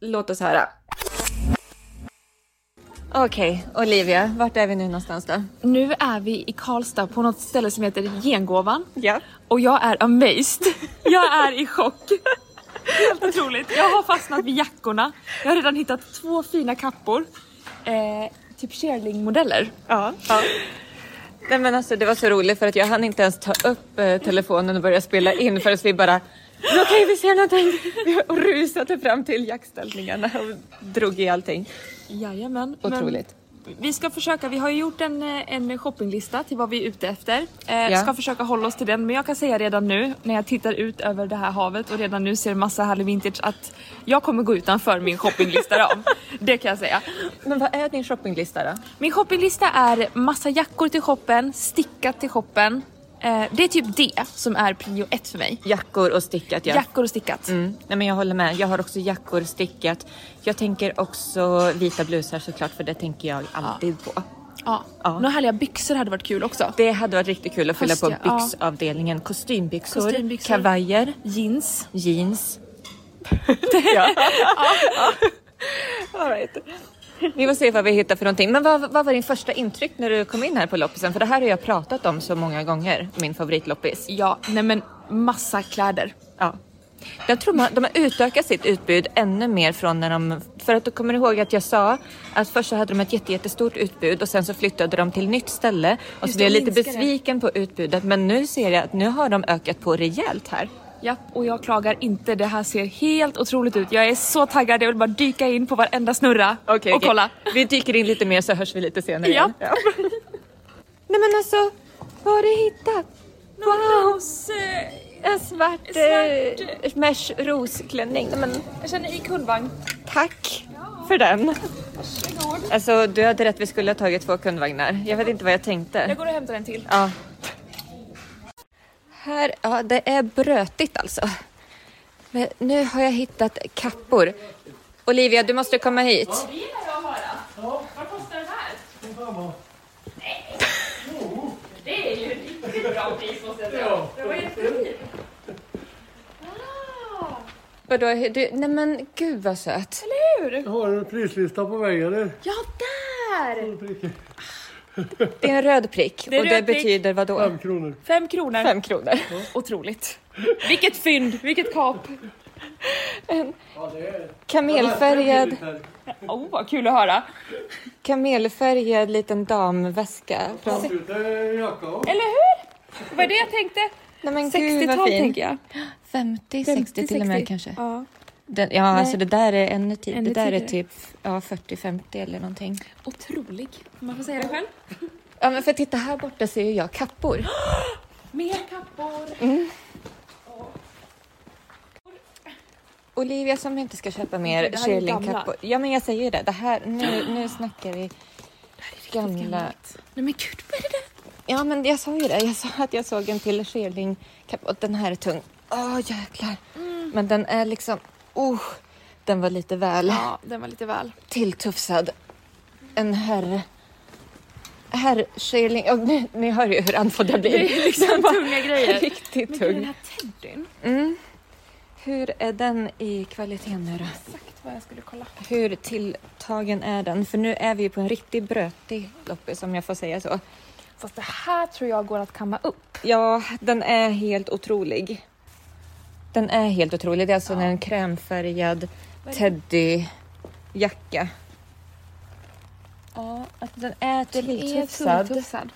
Speaker 3: Låt oss höra.
Speaker 1: Okej, Olivia, vart är vi nu någonstans då?
Speaker 5: Nu är vi i Karlstad på något ställe som heter Gengåvan
Speaker 1: Ja.
Speaker 5: och jag är amazed. Jag är i chock. Helt otroligt. Jag har fastnat vid jackorna. Jag har redan hittat två fina kappor. Eh, typ cheerleading-modeller.
Speaker 1: Ja. Nej men alltså det var så roligt för att jag hann inte ens ta upp eh, telefonen och börja spela in förrän vi bara "Men Okej vi ser någonting! Och rusade fram till jaktställningarna och drog i allting.
Speaker 5: Jajamän. men-
Speaker 1: Otroligt.
Speaker 5: Vi ska försöka, vi har ju gjort en, eh, en shoppinglista till vad vi är ute efter. Eh,
Speaker 1: Ja.
Speaker 5: Ska försöka hålla oss till den men jag kan säga redan nu när jag tittar ut över det här havet och redan nu ser massa härlig vintage att jag kommer gå utanför min shoppinglista ram. Det kan jag säga.
Speaker 1: Men vad är din shoppinglista då?
Speaker 5: Min shoppinglista är massa jackor till shoppen, stickat till shoppen. Eh, det är typ det som är prio ett för mig.
Speaker 1: Jackor och stickat ja.
Speaker 5: Jackor och stickat.
Speaker 1: Mm. Nej men jag håller med, jag har också jackor stickat. Jag tänker också vita blusar såklart för det tänker jag alltid på.
Speaker 5: Ja.
Speaker 1: Ja.
Speaker 5: Några härliga byxor hade varit kul också.
Speaker 1: Det hade varit riktigt kul att fylla
Speaker 5: Höst,
Speaker 1: på
Speaker 5: ja. Ja.
Speaker 1: byxavdelningen. Kostymbyxor,
Speaker 5: Kostymbyxor.
Speaker 1: kavajer,
Speaker 5: Jeans.
Speaker 1: jeans. ja. All right. Vi får se vad vi hittar för någonting. Men vad, vad var din första intryck när du kom in här på loppisen? För det här har jag pratat om så många gånger, min favoritloppis.
Speaker 5: Ja, nej men massa kläder.
Speaker 1: Ja. Jag tror man, de har utökat sitt utbud ännu mer från när de... För att du kommer ihåg att jag sa att först så hade de ett jätte, jättestort utbud och sen så flyttade de till nytt ställe och
Speaker 5: Just
Speaker 1: så blev
Speaker 5: det,
Speaker 1: jag lite
Speaker 5: och minskade.
Speaker 1: besviken på utbudet men nu ser jag att nu har de ökat på rejält här.
Speaker 5: Japp, och jag klagar inte. Det här ser helt otroligt ut. Jag är så taggad. Jag vill bara dyka in på varenda snurra och kolla.
Speaker 1: Vi dyker in lite mer så hörs vi lite senare
Speaker 5: igen.
Speaker 1: Ja. Nej men alltså, vad har du hittat? Wow! En svart,
Speaker 5: eh,
Speaker 1: svart. mesh rosklänning. Nej, men
Speaker 5: Jag känner i kundvagn.
Speaker 1: Tack för den. Alltså du hade rätt, vi skulle ha tagit två kundvagnar. Jag vet inte vad jag tänkte.
Speaker 5: Jag går och hämtar en till.
Speaker 1: Ja. Här, ja det är brötigt alltså. Men nu har jag hittat kappor. Olivia, du måste komma hit. Vadå, hur- du, nej men gud vad söt.
Speaker 7: Jag har en prislista på väggen. nu.
Speaker 5: Ja, där!
Speaker 1: Det är en röd prick
Speaker 5: är
Speaker 1: och det
Speaker 5: röd prick.
Speaker 1: betyder vadå?
Speaker 7: Fem kronor.
Speaker 5: Fem kronor.
Speaker 1: Fem kronor.
Speaker 5: Otroligt. Vilket fynd, vilket kap.
Speaker 1: Kamelfärgad,
Speaker 5: Oh, vad kul att höra.
Speaker 1: kamelfärgad liten damväska. Från,
Speaker 7: Sluta jacka av.
Speaker 5: Eller hur? Det var det jag tänkte.
Speaker 1: nej men gud vad
Speaker 5: 60-tal
Speaker 1: fin.
Speaker 5: tänker jag.
Speaker 1: 50, 60 till och med
Speaker 5: 60.
Speaker 1: kanske.
Speaker 5: Ja.
Speaker 1: Den, ja, alltså det där är ännu tid.
Speaker 5: Ännu
Speaker 1: det där är
Speaker 5: tidigare.
Speaker 1: typ ja, 40-50 eller någonting.
Speaker 5: Otrolig. Om Man får säga det själv.
Speaker 1: Ja, men för titta här borta ser ju jag kappor. Mm.
Speaker 5: Mer kappor.
Speaker 1: Olivia som inte ska köpa mer
Speaker 5: Det här är ju
Speaker 1: cheerleadingkappor. Ja, men jag säger ju det. det här, nu, nu snackar vi gamla...
Speaker 5: Nej men gud, vad är det där?
Speaker 1: Ja, men jag sa ju det. Jag sa att jag såg en till cheerleadingkappa och den här är tung. Åh, jäklar.
Speaker 5: Mm.
Speaker 1: Men den är liksom... Oh, den var lite väl...
Speaker 5: Ja, den var lite väl.
Speaker 1: tilltufsad. En herr... Herrskilling... Oh, ni, ni hör ju hur andfådd jag blir. Det är liksom tunga grejer. Riktigt
Speaker 5: Men gud, den
Speaker 1: tung.
Speaker 5: här tändyn.
Speaker 1: Mm. Hur är den i kvaliteten nu då?
Speaker 5: Exakt vad jag skulle kolla.
Speaker 1: Hur tilltagen är den? För nu är vi ju på en riktigt brötig loppis om jag får säga så.
Speaker 5: Fast det här tror jag går att kamma upp.
Speaker 1: Ja, den är helt otrolig. Den är helt otrolig. Det är alltså en krämfärgad teddyjacka. Ja, alltså den är tilltufsad.
Speaker 5: tilltufsad.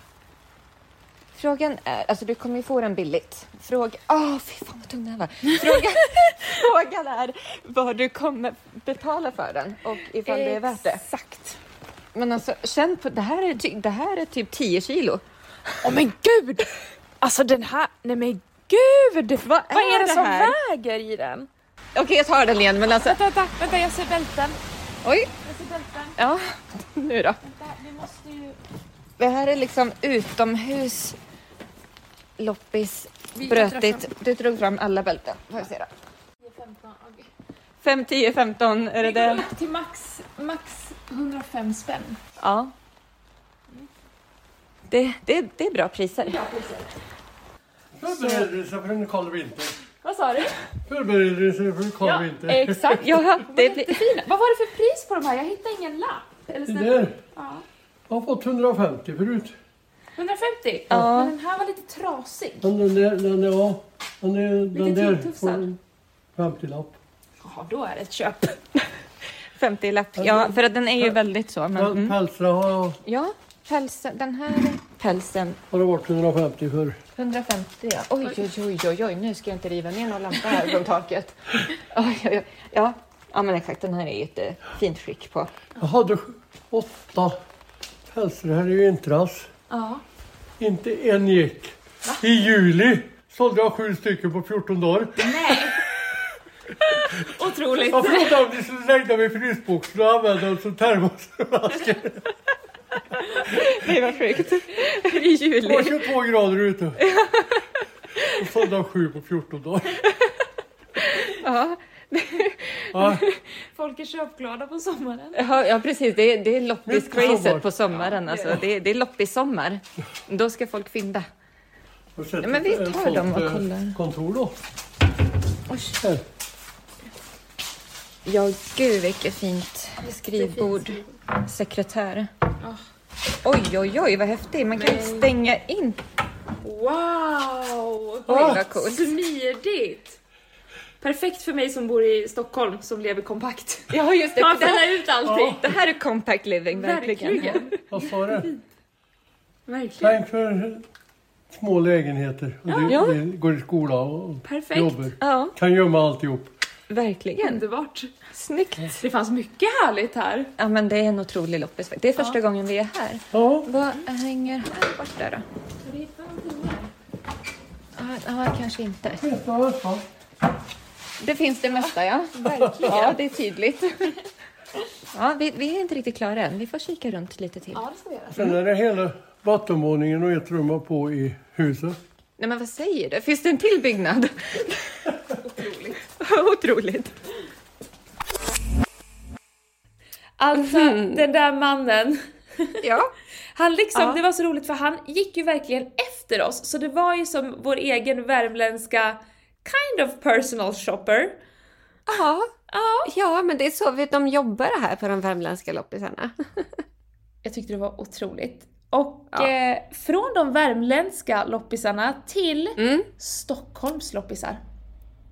Speaker 1: Frågan är, alltså du kommer ju få den billigt. Fråga, åh fy fan vad tung den var. Frågan, frågan är vad du kommer betala för den och ifall det är värt det.
Speaker 5: Exakt.
Speaker 1: Men alltså känn på, det här är, ty- det här är typ 10 kilo.
Speaker 5: Åh men gud! Alltså den här, nej men gud! Vad är, det, som
Speaker 1: här?
Speaker 5: väger i den?
Speaker 1: alltså, Okej jag tar den igen men alltså,
Speaker 5: Vänta, vänta, vänta jag ser bälten.
Speaker 1: oj,
Speaker 5: Jag ser bälten.
Speaker 1: ja nu då.
Speaker 5: Vänta, vi måste ju...
Speaker 1: Det här är liksom utomhus loppis,
Speaker 5: Vi
Speaker 1: brötigt. Du drog fram alla bälten, får jag se då.
Speaker 5: 15, okej.
Speaker 1: 5, 10, 15 är det
Speaker 5: Vi går
Speaker 1: det?
Speaker 5: upp till max, max 105 spänn.
Speaker 1: Ja. Det, det, det är bra priser.
Speaker 7: Förberedelser för en kall vinter.
Speaker 5: Vad sa du?
Speaker 7: Förberedelser för en kall vinter.
Speaker 5: Exakt.
Speaker 1: Ja, det blir...
Speaker 5: Jättefina. Vad var det för pris på de här? Jag hittade ingen lapp. Eller
Speaker 7: Det
Speaker 5: snälla,
Speaker 7: där. Jag har fått 150 förut.
Speaker 5: 150? Men den här var lite trasig.
Speaker 7: Men den där, den där, ja. Den, där, den
Speaker 5: Lite
Speaker 7: där
Speaker 5: tilltufsad.
Speaker 7: får en 50-lapp.
Speaker 2: Ja, då är det ett köp.
Speaker 1: 50 lapp. Ja, för att den är ju väldigt så. Men,
Speaker 5: Mm-hmm.
Speaker 7: Mm.
Speaker 1: mm.
Speaker 7: Pälsarna har,
Speaker 1: Ja, pälsen, den här pälsen.
Speaker 7: har det varit 150 för.
Speaker 1: 150 ja. Oj, oj, oj, oj, oj, nu ska jag inte riva ner någon lampa här från taket. Oj, oj, oj. Ja. ja, men exakt. Den här är jättefint skick på.
Speaker 7: Jag hade sj- åtta pälsar här i vintras. Inte en gick. I juli sålde jag sju stycken på 14 dagar.
Speaker 2: Otroligt.
Speaker 7: Jag frågade om ni skulle lägga dem i frysboxen och använda dem som termosflaskor.
Speaker 1: Nej, vad sjukt. I
Speaker 7: Det var
Speaker 1: juli.
Speaker 7: 22 grader ute. Och sålde jag sju på 14 dagar.
Speaker 1: Ja,
Speaker 7: Ja,
Speaker 2: Folk är köpglada på sommaren.
Speaker 1: ja, ja precis. Det är, det är
Speaker 7: sommar.
Speaker 1: loppis-crazet på sommaren. Alltså. Det är, det är loppis-sommar. Då ska folk fynda.
Speaker 7: och sätter
Speaker 1: men vi tar
Speaker 7: ett sånt,
Speaker 1: dem och
Speaker 7: eh,
Speaker 1: kollar.
Speaker 7: Kontor då.
Speaker 1: Ja, gud vilket fint skrivbord. Ah. Sekretär. Oj, oj, oj, vad häftigt. Man kan stänga in.
Speaker 2: Wow!
Speaker 1: Oj, vad coolt.
Speaker 2: Smidigt! Perfekt för mig som bor i Stockholm som lever kompakt.
Speaker 1: Ja, just det.
Speaker 2: Man
Speaker 1: Det här,
Speaker 2: delar ut allting.
Speaker 1: det här är compact living, verkligen.
Speaker 2: Verkligen.
Speaker 7: Vad sa du?
Speaker 2: Verkligen.
Speaker 7: Tänk för små lägenheter. Och du,
Speaker 1: Ja.
Speaker 7: du går i skola och
Speaker 2: Perfekt.
Speaker 7: jobbar.
Speaker 1: Ja,
Speaker 7: Kan gömma alltihop.
Speaker 1: verkligen.
Speaker 2: Underbart.
Speaker 1: Snyggt.
Speaker 2: Det fanns mycket härligt här.
Speaker 1: Ja, men det är en otrolig loppis. Det är första gången vi är här.
Speaker 7: Ja,
Speaker 1: Vad hänger här borta då? Ja, ja, kanske inte.
Speaker 7: vet du vad? Ja.
Speaker 1: Det finns det mesta, ja. Verkligen. Ja, det är tydligt. Ja, vi, vi är inte riktigt klara än. Vi får kika runt lite till.
Speaker 7: Sen är det hela bottenvåningen och ett rum på i huset.
Speaker 1: Nej, men vad säger du? Finns det en till byggnad? Otroligt. Otroligt.
Speaker 2: Alltså den där mannen.
Speaker 1: Ja.
Speaker 2: Han liksom, det var så roligt för han gick ju verkligen efter oss. Så det var ju som vår egen värmländska kind of personal shopper.
Speaker 3: Ja. ja, men det är så vi- de jobbar här på de värmländska loppisarna.
Speaker 2: Jag tyckte det var otroligt. Och
Speaker 3: Ja.
Speaker 2: eh, från de värmländska loppisarna till
Speaker 3: Mm.
Speaker 2: Stockholms loppisar.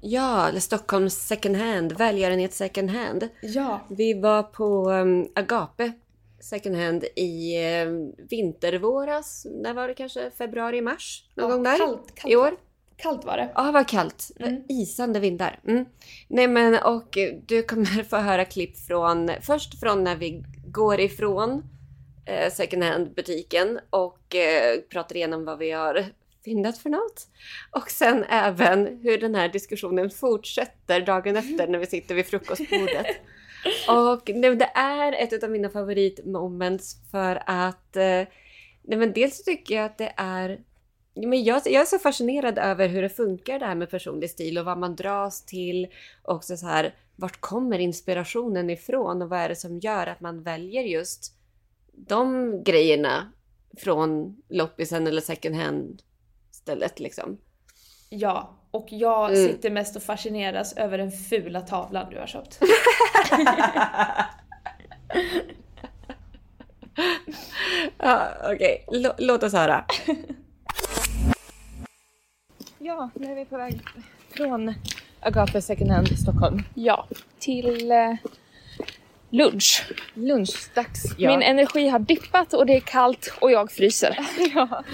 Speaker 3: Ja, eller Stockholms second hand, välgörenhet second hand.
Speaker 2: Ja.
Speaker 3: Vi var på um, Agape second hand i um, vintervåras. När var det kanske? Februari, mars? Någon gång där?
Speaker 2: Kallt, kallt,
Speaker 3: I år?
Speaker 2: kallt var det.
Speaker 3: Ja, vad kallt. Isande vindar. Mm. Nej men och eh, du kommer få höra klipp från först från när vi går ifrån eh, second hand butiken och eh, pratar igenom vad vi har fyndat för något. Och sen även hur den här diskussionen fortsätter dagen efter när vi sitter vid frukostbordet. Och nej, men det är ett av mina favoritmoments för att eh, nej, men dels så tycker jag att det är Ja, Men jag, jag är så fascinerad över hur det funkar det här med personlig stil och vad man dras till. Och också så här, vart kommer inspirationen ifrån och vad är det som gör att man väljer just de grejerna från loppisen eller second hand stället liksom.
Speaker 2: Ja, och jag
Speaker 3: Mm.
Speaker 2: sitter mest och fascineras över den fula tavlan du har köpt.
Speaker 3: Ja, Okej, Lå- låt oss höra.
Speaker 1: Ja, nu är vi på väg från Agape Second Hand i Stockholm.
Speaker 5: Ja, till eh, lunch.
Speaker 1: Lunchdags. Ja.
Speaker 5: Min energi har dippat och det är kallt och jag fryser.
Speaker 1: ja.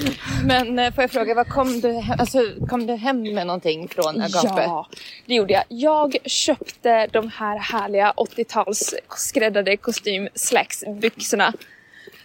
Speaker 1: Men eh, får jag fråga, vad kom, du hem, alltså, kom du hem med någonting från Agape?
Speaker 5: Ja, det gjorde jag. Jag köpte de här härliga 80-tals skräddade kostym slacks byxorna.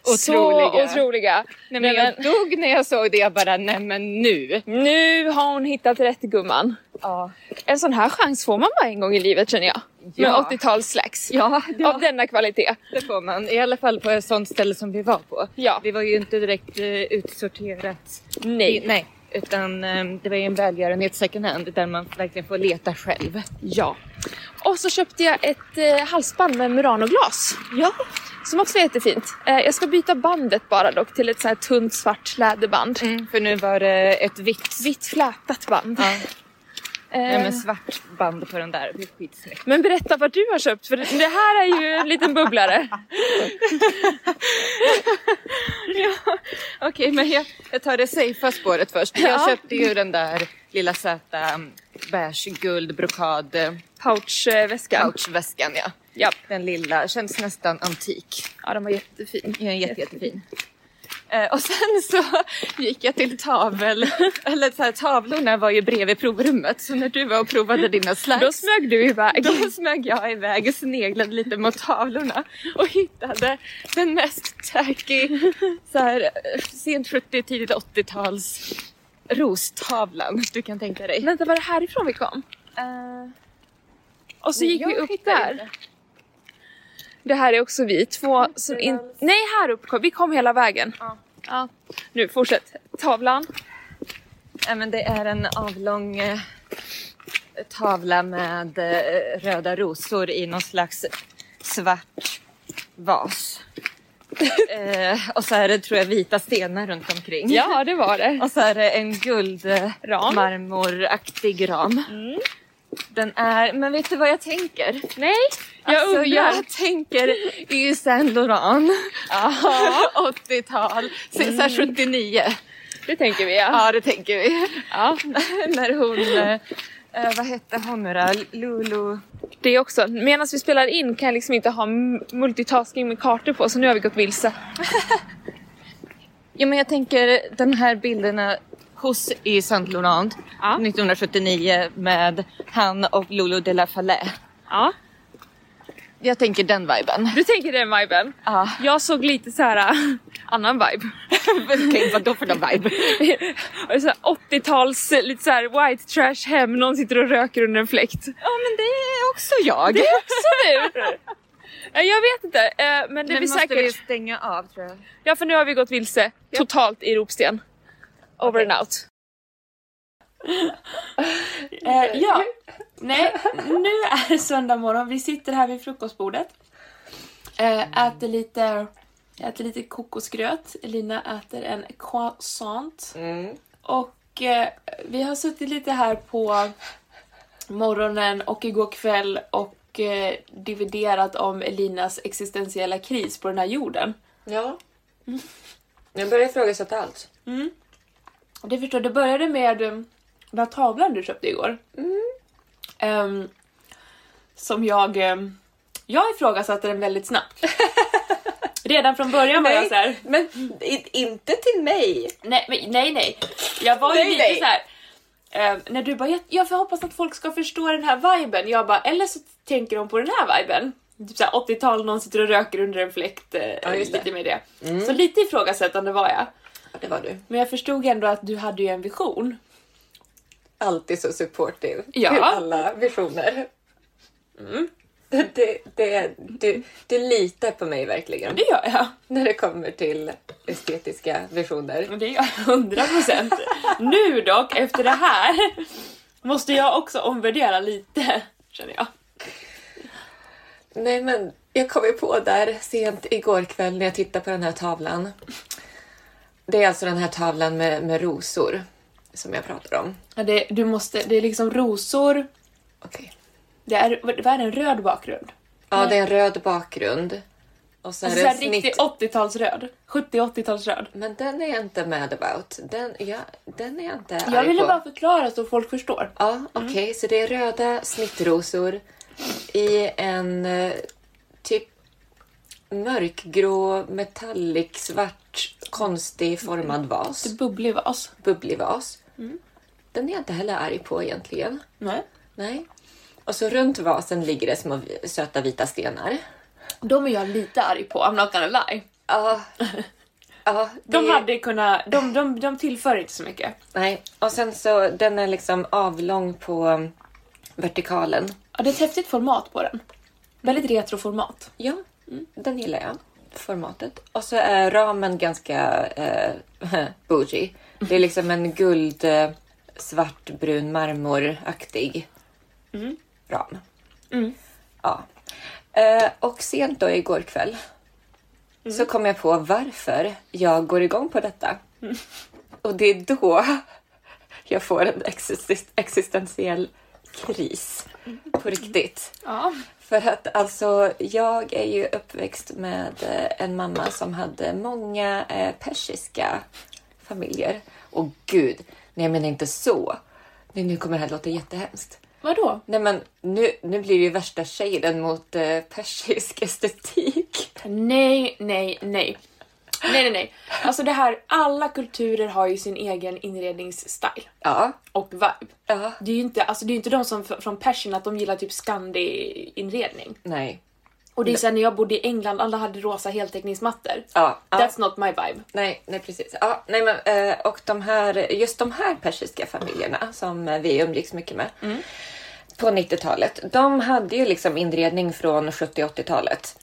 Speaker 5: Så
Speaker 1: Otroliga.
Speaker 5: otroliga.
Speaker 1: Nej,
Speaker 5: Nej,
Speaker 1: men jag dog när jag såg det. Jag bara, nej men nu.
Speaker 5: Nu har hon hittat rätt gumman.
Speaker 1: Ja,
Speaker 5: En sån här chans får man bara en gång i livet känner jag.
Speaker 1: Ja.
Speaker 5: Med 80-tals slacks.
Speaker 1: ja
Speaker 5: Av denna kvalitet.
Speaker 1: det får man. I alla fall på ett sånt ställe som vi var på.
Speaker 5: Ja.
Speaker 1: Det var ju inte direkt eh, utsorterat.
Speaker 5: Nej.
Speaker 1: Nej, utan eh, det var ju en välgörenhet second hand där man verkligen får leta själv.
Speaker 5: Ja. Och så köpte jag ett eh, halsband med Murano-glas.
Speaker 1: Ja.
Speaker 5: Som också är jättefint. Eh, jag ska byta bandet bara dock till ett så här tunt svart läderband.
Speaker 1: Mm, för nu var det ett vitt.
Speaker 5: Vitt flätat band.
Speaker 1: Ja,
Speaker 5: Eh,
Speaker 1: nej, men svart band på den där. Det är skitsnyggt.
Speaker 5: Men berätta vad du har köpt för det det här är ju en liten bubblare.
Speaker 1: Okej, men jag, jag tar det safea spåret först. Jag köpte ju den där lilla söta mm, beige guld brokad eh,
Speaker 2: Pouchväskan.
Speaker 1: pouchväskan. Ja.
Speaker 2: Ja.
Speaker 1: Den lilla, känns nästan antik.
Speaker 2: Ja, den var jättefin.
Speaker 1: Den är jätte, jättefin. Eh, Och sen så gick jag till tavel, eller så här, tavlorna var ju bredvid provrummet så när du var och provade dina
Speaker 2: Då
Speaker 1: slacks
Speaker 2: smög du iväg.
Speaker 1: då smög jag iväg och sneglade lite mot tavlorna och hittade den mest tacky, så här, eh, sent 70, tidigt 80-tals rostavlan du kan tänka dig.
Speaker 2: Vänta, var det härifrån vi kom? Eh, och så gick vi upp där. Det här är också vi två som in... Nej, här upp kom vi. kom hela vägen. Ja. Nu, fortsätt. Tavlan.
Speaker 1: Ja, men det är en avlång eh, tavla med eh, röda rosor i någon slags svart vas. eh, och så är det tror jag vita stenar runt omkring.
Speaker 2: Ja, det var det.
Speaker 1: Och så är det en guldmarmoraktig ram.
Speaker 2: Mm.
Speaker 1: Den är, men vet du vad jag tänker?
Speaker 2: Nej, jag
Speaker 1: alltså,
Speaker 2: undrar.
Speaker 1: jag tänker Yves Saint Laurent. 80-tal, mm. 79.
Speaker 2: Det tänker vi ja.
Speaker 1: Ja, det tänker vi.
Speaker 2: ja.
Speaker 1: När hon, eh, eh, vad hette hon nu då? Lulu?
Speaker 2: Det också. Medan vi spelar in kan jag liksom inte ha m- multitasking med kartor på så nu har vi gått vilse.
Speaker 1: Ja, men jag tänker den här bilderna hos i Saint Laurent
Speaker 2: Ja.
Speaker 1: 1979 med han och Lulu de la Fallée.
Speaker 2: Ja.
Speaker 1: Jag tänker den viben.
Speaker 2: Du tänker den viben?
Speaker 1: Ja.
Speaker 2: Jag såg lite så här äh, annan vibe.
Speaker 1: Okej, vadå för någon vibe?
Speaker 2: Och så här 80-tals, lite så här white trash hem, någon sitter och röker under en fläkt.
Speaker 1: Ja, men det är också jag.
Speaker 2: Det är också du! Ja, Jag vet inte, eh, men det
Speaker 1: men
Speaker 2: blir
Speaker 1: måste
Speaker 2: säkert...
Speaker 1: vi stänga av tror jag.
Speaker 2: Ja, för nu har vi gått vilse totalt i Ropsten. Over and out.
Speaker 5: Eh, ja, nej, nu är det söndag morgon. Vi sitter här vid frukostbordet. Eh, äter lite, äter lite kokosgröt. Elina äter en croissant. Och eh, vi har suttit lite här på morgonen och igår kväll och eh, dividerat om Elinas existentiella kris på den här jorden.
Speaker 3: Ja. Jag börjar ifrågasätta allt.
Speaker 5: Det förstår, det började med um, den här tavlan du köpte igår. Mm. Ehm, som jag... Um, jag ifrågasatte den väldigt snabbt. Redan från början var jag så här.
Speaker 3: Men i- inte till mig.
Speaker 5: Nej, men, nej, nej. Jag var ju
Speaker 3: Nej,
Speaker 5: lite
Speaker 3: nej.
Speaker 5: så här. ehm, när du bara, jag, jag får hoppas att folk ska förstå den här viben. Jag bara, eller så tänker de på den här viben. Typ såhär 80-tal, någon sitter och röker under en fläkt. eh,
Speaker 3: just det.
Speaker 5: lite med det.
Speaker 2: Mm.
Speaker 5: Så lite ifrågasättande var jag.
Speaker 3: Det var du.
Speaker 5: Men jag förstod ändå att du hade ju en vision.
Speaker 3: Alltid så supportive
Speaker 5: Ja.
Speaker 3: till alla visioner. Det, det, det, du, du litar på mig verkligen
Speaker 5: Det gör jag.
Speaker 3: när det kommer till estetiska visioner.
Speaker 5: Men Det är jag 100 procent. Nu dock, efter det här, måste jag också omvärdera lite, känner jag.
Speaker 3: Nej men jag kom ju på där sent igår kväll när jag tittade på den här tavlan. Det är alltså den här tavlan med, med rosor som jag pratar om.
Speaker 5: Ja, det, du måste, det är liksom rosor,
Speaker 3: Okej.
Speaker 5: det är, vad är det, en röd bakgrund?
Speaker 3: Ja, det är en röd bakgrund. Och så är
Speaker 5: Mm. Alltså såhär
Speaker 3: det en snitt...
Speaker 5: riktigt 80-talsröd. 70-80-talsröd.
Speaker 3: Men den är jag inte mad about. Den, ja, den är jag inte
Speaker 5: Jag
Speaker 3: arg
Speaker 5: ville
Speaker 3: på.
Speaker 5: bara förklara så folk förstår.
Speaker 3: Ja, okej. Så det är röda snittrosor i en eh, typ mörkgrå, metallic, svart, konstig formad vas.
Speaker 5: Bubblig vas.
Speaker 3: Bubblig vas. Den är jag inte heller arg på egentligen.
Speaker 5: Mm. Nej.
Speaker 3: Nej. Och så runt vasen ligger det små vi- söta vita stenar.
Speaker 5: De är jag lite arg på, I'm not gonna lie.
Speaker 3: Ja. Ja,
Speaker 5: De
Speaker 3: det-
Speaker 5: hade kunnat, de, de, de tillför inte så mycket.
Speaker 3: Nej, och sen så den är liksom avlång på um, vertikalen.
Speaker 5: Ja, det är ett häftigt format på den. Väldigt retroformat.
Speaker 3: Ja, den gillar jag. Formatet. Och så är ramen ganska eh, bougie. Det är liksom en guld eh, svartbrun marmoraktig ram. Ja. Eh, och sent då igår kväll så kom jag på varför jag går igång på detta. Och det är då jag får en exist- existentiell kris på riktigt.
Speaker 5: Ja.
Speaker 3: För För att alltså, jag är ju uppväxt med eh, en mamma som hade många eh, persiska familjer. Och gud, nej jag menar inte så. Nej, nu kommer det här låta jättehemskt.
Speaker 5: Vadå?
Speaker 3: Nej men nu, nu blir det ju värsta shaden mot eh, persisk estetik.
Speaker 5: Nej, nej, nej. Nej, nej, nej. Alltså det här, alla kulturer har ju sin egen inredningsstyle
Speaker 3: Ja,
Speaker 5: och vibe.
Speaker 3: ja.
Speaker 5: Det är ju inte, alltså det är ju inte de som f- från Persien att de gillar typ Scandi-inredning.
Speaker 3: Nej.
Speaker 5: Och det är sen när jag bodde i England, alla hade rosa heltäckningsmattor.
Speaker 3: Ja, ja.
Speaker 5: That's not my vibe.
Speaker 3: Nej, nej precis. Ja, nej, men, eh, och de här, just de här persiska familjerna som eh, vi umgicks mycket med på 90-talet. De hade ju liksom inredning från 70 80-talet.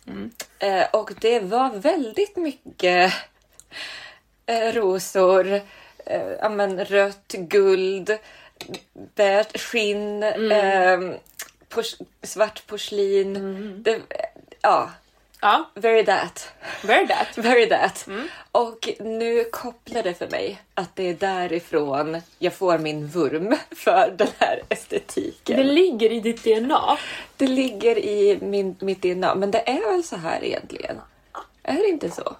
Speaker 3: Eh, och det var väldigt mycket eh, rosor, eh, ja, men, rött, guld, beige, skinn, eh, pors- svart porslin. Det, ja,
Speaker 5: Ja,
Speaker 3: very that.
Speaker 5: very that.
Speaker 3: Very that. Och nu kopplar det för mig att det är därifrån jag får min vurm för den här estetiken.
Speaker 5: Det
Speaker 3: Det,
Speaker 5: ligger i ditt DNA.
Speaker 3: ligger i min, mitt DNA, men det är väl så här egentligen? Är det inte så?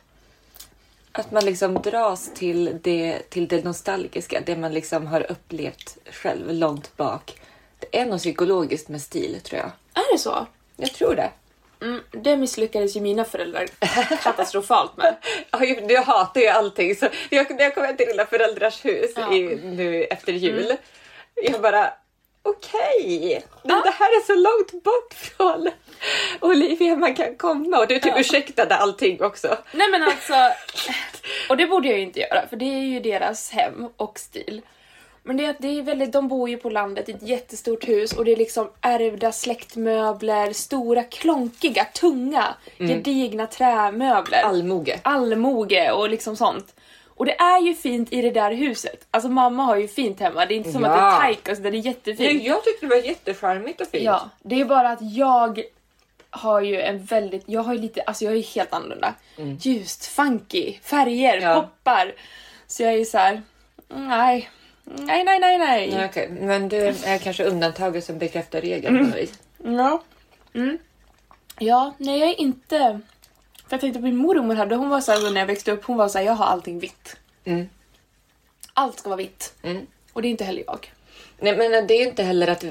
Speaker 3: Att man liksom dras till det, till det nostalgiska, det man liksom har upplevt själv långt bak. Det är något psykologiskt med stil tror jag.
Speaker 5: Är det så?
Speaker 3: Jag tror det.
Speaker 5: Mm, det misslyckades ju mina föräldrar katastrofalt med.
Speaker 3: Ja, ju- Du hatar ju allting. Så jag, när jag kom hem till dina föräldrars hus
Speaker 5: Ja. Mm.
Speaker 3: i, nu efter jul, jag bara okej, det, det här är så långt bort från Olivia man kan komma och du typ ursäktade allting också.
Speaker 5: Nej men alltså, och det borde jag ju inte göra för det är ju deras hem och stil. Men det, är att det är väldigt, de bor ju på landet i ett jättestort hus och det är liksom ärvda släktmöbler, stora klonkiga, tunga, gedigna trämöbler.
Speaker 3: Allmoge.
Speaker 5: allmoge och liksom sånt. Och det är ju fint i det där huset. Alltså mamma har ju fint hemma, det är inte som att det
Speaker 3: Ja.
Speaker 5: är tajkas, det är jättefint.
Speaker 3: jag tyckte det var jättecharmigt och fint.
Speaker 5: Ja, det är bara att jag har ju en väldigt, jag har ju lite, alltså jag är ju helt annorlunda. Ljust, funky, färger,
Speaker 3: Mm. Ja.
Speaker 5: poppar. Så jag är ju så här. nej, nej, nej, nej,
Speaker 3: Nej,
Speaker 5: nej.
Speaker 3: Okej, men du är kanske undantaget som bekräftar regeln. på något vis.
Speaker 5: Ja. Mm. Ja, nej jag är inte, för jag tänkte på min mormor hade, hon var så här, när jag växte upp, hon var så här, jag har allting vitt.
Speaker 3: Mm.
Speaker 5: Allt ska vara vitt.
Speaker 3: Mm.
Speaker 5: Och det är inte heller jag.
Speaker 3: Nej, men det är ju inte heller att...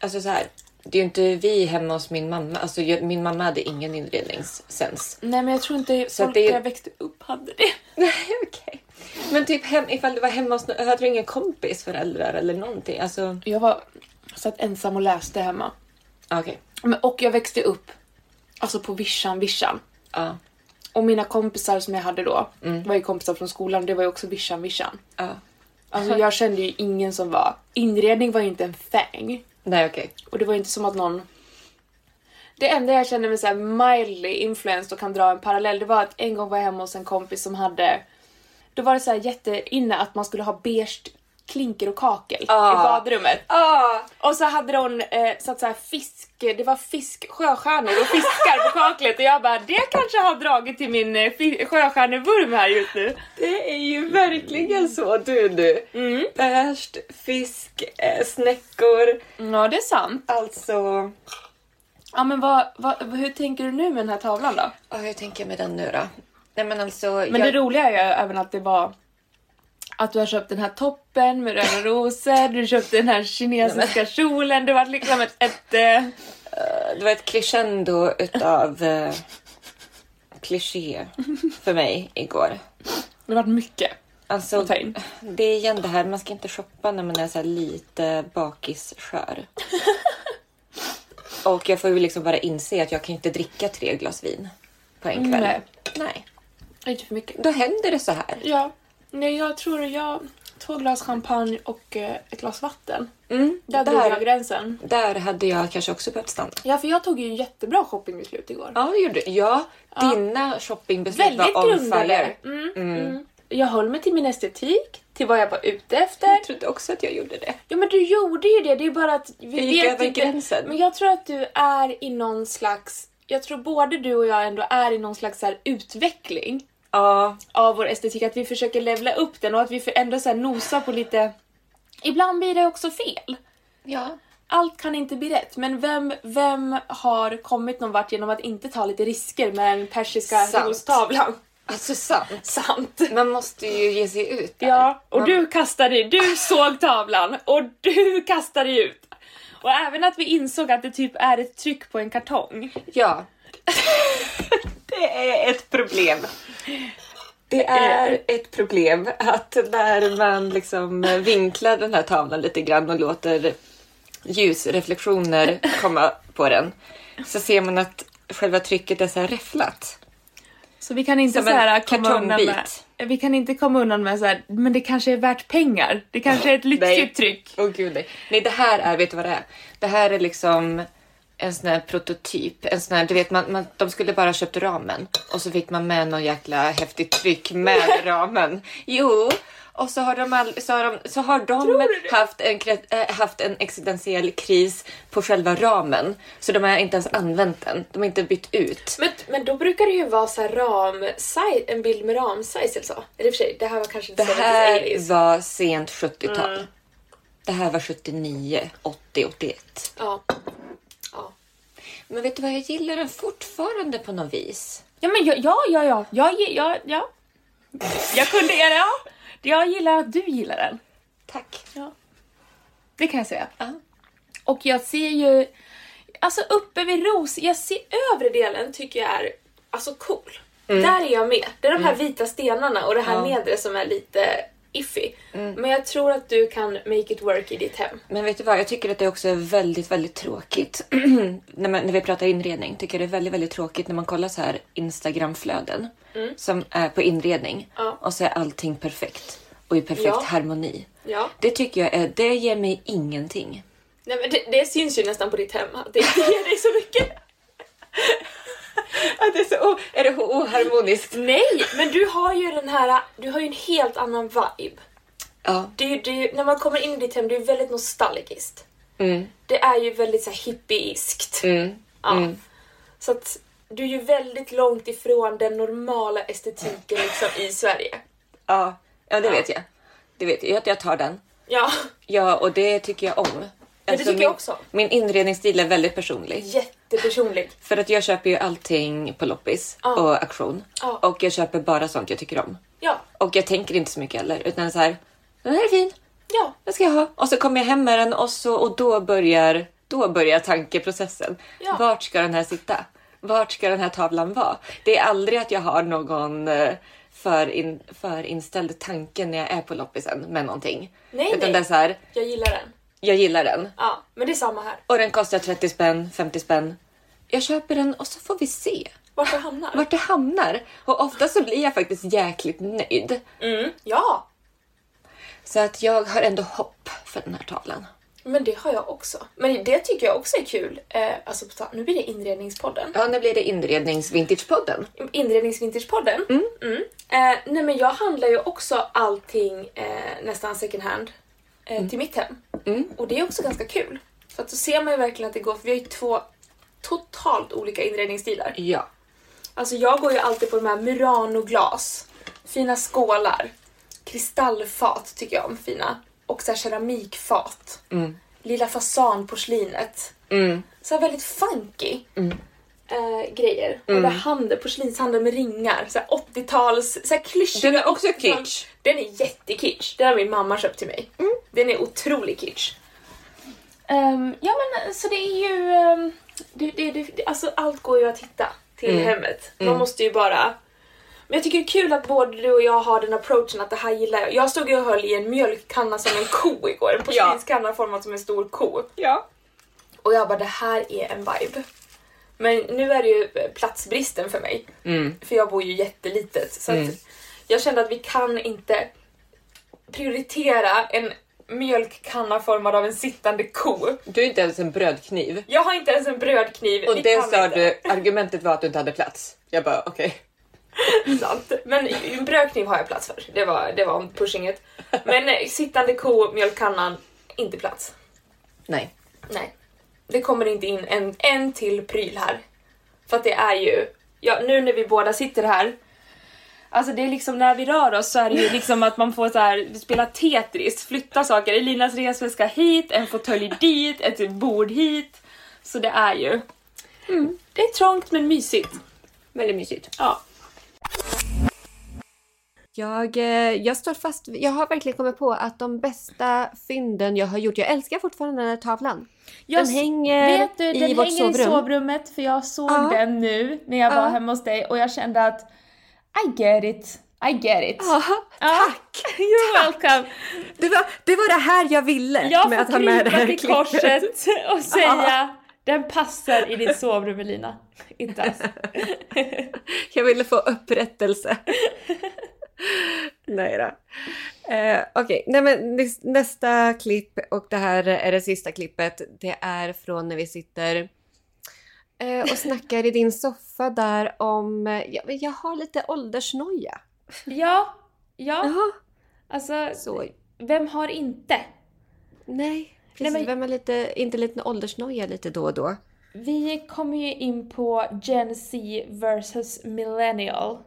Speaker 3: Alltså så här, det är ju inte vi hemma hos min mamma. Alltså, jag, min mamma hade ingen inredningssens.
Speaker 5: Nej men jag tror inte
Speaker 3: Så att
Speaker 5: folk
Speaker 3: det är-
Speaker 5: där jag växte upp hade det.
Speaker 3: Nej, okej. Men typ hem, ifall du var hemma hos någon, hade du ingen kompis, föräldrar eller någonting? Alltså,
Speaker 5: Jag var satt ensam och läste hemma.
Speaker 3: ah, okej.
Speaker 5: Men, och jag växte upp alltså på vischan, vischan.
Speaker 3: Ja, Mm.
Speaker 5: Och mina kompisar som jag hade då var ju kompisar från skolan, det var ju också vischan, vischan.
Speaker 3: ja.
Speaker 5: Alltså jag kände ju ingen som var... Inredning var ju inte en fäng.
Speaker 3: Nej, okej.
Speaker 5: Och det var ju inte som att någon... Det enda jag kände mig såhär mildly influenced och kan dra en parallell, det var att en gång var jag hemma hos en kompis som hade... Då var det såhär jätteinne att man skulle ha beige klinker och kakel i
Speaker 3: Ah.
Speaker 5: badrummet.
Speaker 3: Ah,
Speaker 5: Och så hade hon eh, satt såhär fisk, det var fisk, sjöstjärnor och fiskar på kaklet och jag bara det kanske har dragit till min eh, fi- sjöstjärnevurm här just nu.
Speaker 3: det är ju verkligen så du nu. Mm. Bärst, fisk, eh, snäckor.
Speaker 5: Ja det är sant.
Speaker 3: Alltså...
Speaker 5: Ja men vad, vad, hur tänker du nu med den här tavlan då?
Speaker 3: Ah, hur tänker jag med den nu då? Nej, men alltså...
Speaker 5: Men
Speaker 3: jag...
Speaker 5: det roliga är ju även att det var att du har köpt den här toppen med röda rosor, du köpte den här kinesiska kjolen, det var liksom ett... ett eh,
Speaker 3: Det var ett crescendo utav eh, kliché för mig igår.
Speaker 5: det var mycket
Speaker 3: Alltså,
Speaker 5: att ta in.
Speaker 3: det är igen det här, man ska inte shoppa när man är så här lite bakisskör. Och jag får ju liksom bara inse att jag kan inte dricka tre glas vin på en kväll.
Speaker 5: Nej.
Speaker 3: Nej.
Speaker 5: Lite för mycket.
Speaker 3: Då händer det så här.
Speaker 5: Ja. Nej, jag tror jag... Två glas champagne och eh, ett glas vatten.
Speaker 3: Mm,
Speaker 5: Där,
Speaker 3: där,
Speaker 5: drog
Speaker 3: där,
Speaker 5: jag gränsen.
Speaker 3: hade jag kanske också behövt stanna.
Speaker 5: Ja, för jag tog ju en jättebra shoppingbeslut igår.
Speaker 3: Ja, det gjorde du. Ja, dina shoppingbeslut
Speaker 5: Väldigt
Speaker 3: var on
Speaker 5: grundade.
Speaker 3: fire.
Speaker 5: Mm, mm. Jag höll mig till min estetik, till vad jag var ute efter.
Speaker 3: Jag trodde också att jag gjorde det.
Speaker 5: Ja men du gjorde ju det, det är bara att vi
Speaker 3: Jag gick
Speaker 5: vet
Speaker 3: över
Speaker 5: inte.
Speaker 3: gränsen.
Speaker 5: Men jag tror att du är i någon slags, jag tror både du och jag ändå är i någon slags så här utveckling
Speaker 3: Ja,
Speaker 5: av vår estetik, att vi försöker levla upp den och att vi för- ändå så här nosar på lite... Ibland blir det också fel.
Speaker 3: ja.
Speaker 8: allt kan inte bli rätt, men vem, vem har kommit någon vart genom att inte ta lite risker med den persiska
Speaker 3: Sant.
Speaker 8: rostavlan?
Speaker 3: Alltså sant.
Speaker 8: Sant!
Speaker 3: Man måste ju ge sig ut där.
Speaker 8: Ja, och du kastade ju, du såg tavlan och du kastade ju ut. Och även att vi insåg att det typ är ett tryck på en kartong.
Speaker 3: ja. det är ett problem. Det är ett problem att när man liksom vinklar den här tavlan lite grann och låter ljusreflektioner komma på den så ser man att själva trycket är så här räfflat.
Speaker 8: Så vi kan inte
Speaker 3: Som en
Speaker 8: så här komma undan med,
Speaker 3: kartongbit.
Speaker 8: vi kan inte komma undan med så här, men det kanske är värt pengar. Det kanske är ett lyxigt tryck.
Speaker 3: Åh gud, nej. nej, det här är, vet du vad det är? Det här är liksom en sån här prototyp. En sån här, du vet, man, man, de skulle bara ha köpt ramen och så fick man med någon jäkla häftigt tryck med ramen. Jo, och så har de, all, så har de, så har de haft, en, kre- eh, haft en existentiell kris på själva ramen. Så de har inte ens använt den. De har inte bytt ut.
Speaker 5: Men, men då brukar det ju vara så här ram size, en bild med ramsize eller så. Eller i och för sig, det här var kanske
Speaker 3: Det
Speaker 5: inte
Speaker 3: här
Speaker 5: 70s.
Speaker 3: var sent 70-tal. Det här var 79, 80, 81.
Speaker 5: Ja.
Speaker 3: Men vet du vad, jag gillar den fortfarande på något vis.
Speaker 8: Ja men ja, ja, ja, ja, ja, ja, ja. Jag kunde, ja, ja. Jag gillar att du gillar den.
Speaker 3: Tack.
Speaker 8: Det kan jag säga.
Speaker 3: Ja.
Speaker 8: Och jag ser ju, alltså uppe vid Ros, jag ser
Speaker 5: Övre delen tycker jag är alltså cool.
Speaker 8: Mm.
Speaker 5: Där är jag med. Det är de här vita stenarna och det här nedre som är lite iffy.
Speaker 8: Mm.
Speaker 5: Men jag tror att du kan make it work i ditt hem.
Speaker 3: Men vet du vad, jag tycker att det också är väldigt, väldigt tråkigt. när, man, när vi pratar inredning tycker jag det är väldigt, väldigt tråkigt när man kollar så här Instagramflöden som är på inredning
Speaker 5: Mm. Ja.
Speaker 3: och så är allting perfekt och i perfekt
Speaker 5: Ja.
Speaker 3: harmoni.
Speaker 5: Ja.
Speaker 3: Det tycker jag är, det ger mig ingenting.
Speaker 5: Nej, men det, det syns ju nästan på ditt hem. att Det inte ger dig så mycket.
Speaker 3: det är, så, är det oharmoniskt?
Speaker 5: Nej, men du har ju den här, du har ju en helt annan vibe.
Speaker 3: Ja.
Speaker 5: Det är ju, det är ju, när man kommer in i ditt hem, det är ju väldigt nostalgiskt.
Speaker 3: Mm.
Speaker 5: Det är ju väldigt så här hippieiskt.
Speaker 3: Mm.
Speaker 5: Ja. Så att du är ju väldigt långt ifrån den normala estetiken liksom, i Sverige.
Speaker 3: Ja. ja, det vet jag. Det vet jag. Jag tar den.
Speaker 5: Ja,
Speaker 3: Ja, och det tycker jag Mm. om. Alltså,
Speaker 5: tycker jag också.
Speaker 3: Min inredningsstil är väldigt personlig.
Speaker 5: jättepersonlig.
Speaker 3: För att jag köper ju allting på loppis
Speaker 5: Ja.
Speaker 3: och auktion.
Speaker 5: Ja.
Speaker 3: Och jag köper bara sånt jag tycker om.
Speaker 5: Ja,
Speaker 3: Och jag tänker inte så mycket heller. Utan så här, den här är fin,
Speaker 5: ja.
Speaker 3: den ska jag ha. Och så kommer jag hem med den och, så, och då, börjar, då börjar tankeprocessen.
Speaker 5: Ja.
Speaker 3: Vart ska den här sitta? Vart ska den här tavlan vara? Det är aldrig att jag har någon eh, förin, förinställd tanke när jag är på loppisen med någonting.
Speaker 5: Nej,
Speaker 3: Utan
Speaker 5: nej.
Speaker 3: det är så här,
Speaker 5: Jag gillar den.
Speaker 3: jag gillar den.
Speaker 5: Ja, men det är samma här.
Speaker 3: Och den kostar 30 spänn, 50 spänn. Jag köper den och så får vi se
Speaker 5: Vart jag hamnar.
Speaker 3: vart det hamnar. Och ofta så blir jag faktiskt jäkligt nöjd.
Speaker 5: Ja,
Speaker 3: Så att jag har ändå hopp för den här tavlan.
Speaker 5: men det har jag också. Men det tycker jag också är kul. Eh, alltså, på tal- nu blir det inredningspodden.
Speaker 3: Ja, nu blir det inrednings-vintagepodden.
Speaker 5: inredningsvintagepodden. Mm. Eh, nej men jag handlar ju också allting eh, nästan second hand eh, till mitt hem. Och det är också ganska kul. För att då ser man ju verkligen att det går, för vi har ju två totalt olika inredningsstilar.
Speaker 3: Ja.
Speaker 5: Alltså jag går ju alltid på de här Murano-glas, fina skålar, kristallfat tycker jag om fina. Och så här keramikfat. Lilla fasanporslinet.
Speaker 3: Mm.
Speaker 5: Så här väldigt funky eh, grejer.
Speaker 3: Mm.
Speaker 5: Och där handel, porslinshandel med ringar. Så här 80-tals, så här klyschiga
Speaker 3: Den är också
Speaker 5: 80-tals.
Speaker 3: kitsch. Mm.
Speaker 5: Den är jättekitsch. Den har min mamma köpt till mig. Den är otrolig kitsch. Ehm, ja men så det är ju, ehm, det, det, det, det, alltså allt går ju att hitta till
Speaker 3: Mm.
Speaker 5: hemmet. Man måste ju bara men jag tycker det är kul att både du och jag har den approachen att det här gillar jag. Jag stod ju och höll i en mjölkkanna som en ko igår. En porslinskanna formad som en stor ko.
Speaker 3: Ja.
Speaker 5: Och jag bara, det här är en vibe. Men nu är det ju eh, platsbristen för mig.
Speaker 3: Mm.
Speaker 5: För jag bor ju jättelitet. Så att jag kände att vi kan inte prioritera en mjölkkanna formad av en sittande ko.
Speaker 3: Du är inte ens en brödkniv.
Speaker 5: Jag har inte ens en brödkniv.
Speaker 3: Och
Speaker 5: vi
Speaker 3: det
Speaker 5: kan
Speaker 3: sa
Speaker 5: inte.
Speaker 3: du, argumentet var att du inte hade plats. Jag bara okej.
Speaker 5: sant. Men en brödkniv har jag plats för. Det var, det var pushinget. Men eh, sittande ko, mjölkkannan, inte plats.
Speaker 3: Nej.
Speaker 5: Nej. Det kommer inte in en, en till pryl här. För att det är ju, ja, nu när vi båda sitter här,
Speaker 2: Alltså det är liksom när vi rör oss så är det ju liksom att man får så här spela Tetris, flytta saker. Elinas resväska hit, en fåtölj dit, ett bord hit. Så det är ju... Mm, det är trångt men mysigt.
Speaker 1: Väldigt mysigt.
Speaker 2: Ja.
Speaker 3: Jag, eh, jag står fast vid- Jag har verkligen kommit på att de bästa fynden jag har gjort... Jag älskar fortfarande den här tavlan.
Speaker 2: Jag
Speaker 3: den hänger
Speaker 2: Vet du,
Speaker 3: i
Speaker 2: den
Speaker 3: vårt
Speaker 2: hänger i
Speaker 3: sovrum.
Speaker 2: sovrummet för jag såg
Speaker 3: Ja.
Speaker 2: den nu när jag var
Speaker 3: Ja.
Speaker 2: hemma hos dig och jag kände att I get it, I get it.
Speaker 3: Ja,
Speaker 2: Tack! You're welcome!
Speaker 3: det, var, det var det här jag ville
Speaker 2: Jag
Speaker 3: med att
Speaker 2: får
Speaker 3: ha med det
Speaker 2: krypa
Speaker 3: här
Speaker 2: till
Speaker 3: klippet.
Speaker 2: korset och säga den passar i ditt sovrum Elina. Inte alls.
Speaker 3: Jag ville få upprättelse. Nej då. Eh, Okej, Nej, men nä- nästa klipp och det här är det sista klippet. Det är från när vi sitter eh, och snackar i din soffa där om... eh, Jag, jag har lite åldersnoja.
Speaker 2: Ja, ja,
Speaker 3: Jaha,
Speaker 2: alltså
Speaker 3: så.
Speaker 2: vem har inte?
Speaker 3: Nej, precis.
Speaker 2: men-
Speaker 3: Vem har lite, inte lite åldersnoja lite då och då?
Speaker 2: Vi kommer ju in på Gen Z versus millennial.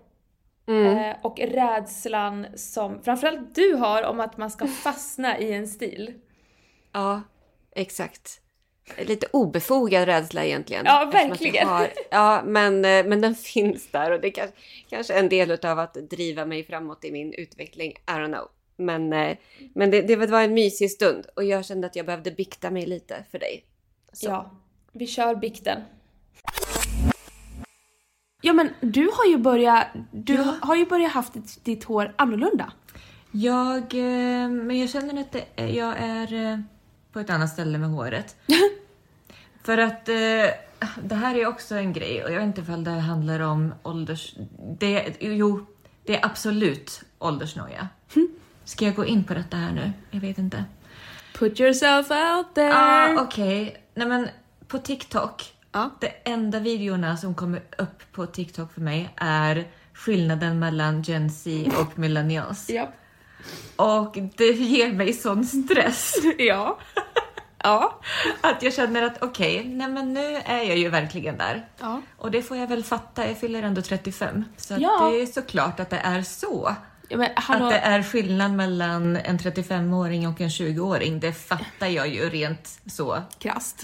Speaker 3: Mm.
Speaker 2: Eh, Och rädslan som framförallt du har om att man ska fastna i en stil.
Speaker 3: Ja, exakt. Lite obefogad rädsla egentligen.
Speaker 2: Ja,
Speaker 3: Eftersom att vi
Speaker 2: verkligen.
Speaker 3: har- ja, men, eh, men den finns där och det kanske, kanske är en del av att driva mig framåt i min utveckling. I don't know. Men, eh, men det, det var en mysig stund och jag kände att jag behövde bikta mig lite för dig. Så.
Speaker 2: Ja, vi kör bikten. Ja men du har ju börjat, du har ju börjat haft ditt, ditt hår annorlunda.
Speaker 1: Jag, eh, men jag känner att det, jag är eh, på ett annat ställe med håret. För att eh, det här är också en grej och jag vet inte ifall det handlar om ålders... Det, jo, det är absolut åldersnoja. Ska jag gå in på detta här nu? Jag vet inte.
Speaker 2: Put yourself out there!
Speaker 1: Ah, Okej, nej men på TikTok. De enda videorna som kommer upp på TikTok för mig är skillnaden mellan Gen Z och millennials.
Speaker 2: Japp.
Speaker 1: Och det ger mig sån stress
Speaker 2: Ja. Ja.
Speaker 1: att jag känner att okej, nej men nu är jag ju verkligen där. Och det får jag väl fatta, jag fyller ändå 35. Så att
Speaker 2: Ja.
Speaker 1: det är såklart att det är så.
Speaker 2: ja men hallå,
Speaker 1: Att det är skillnad mellan en 35-åring och en 20-åring, det fattar jag ju rent så
Speaker 2: krasst.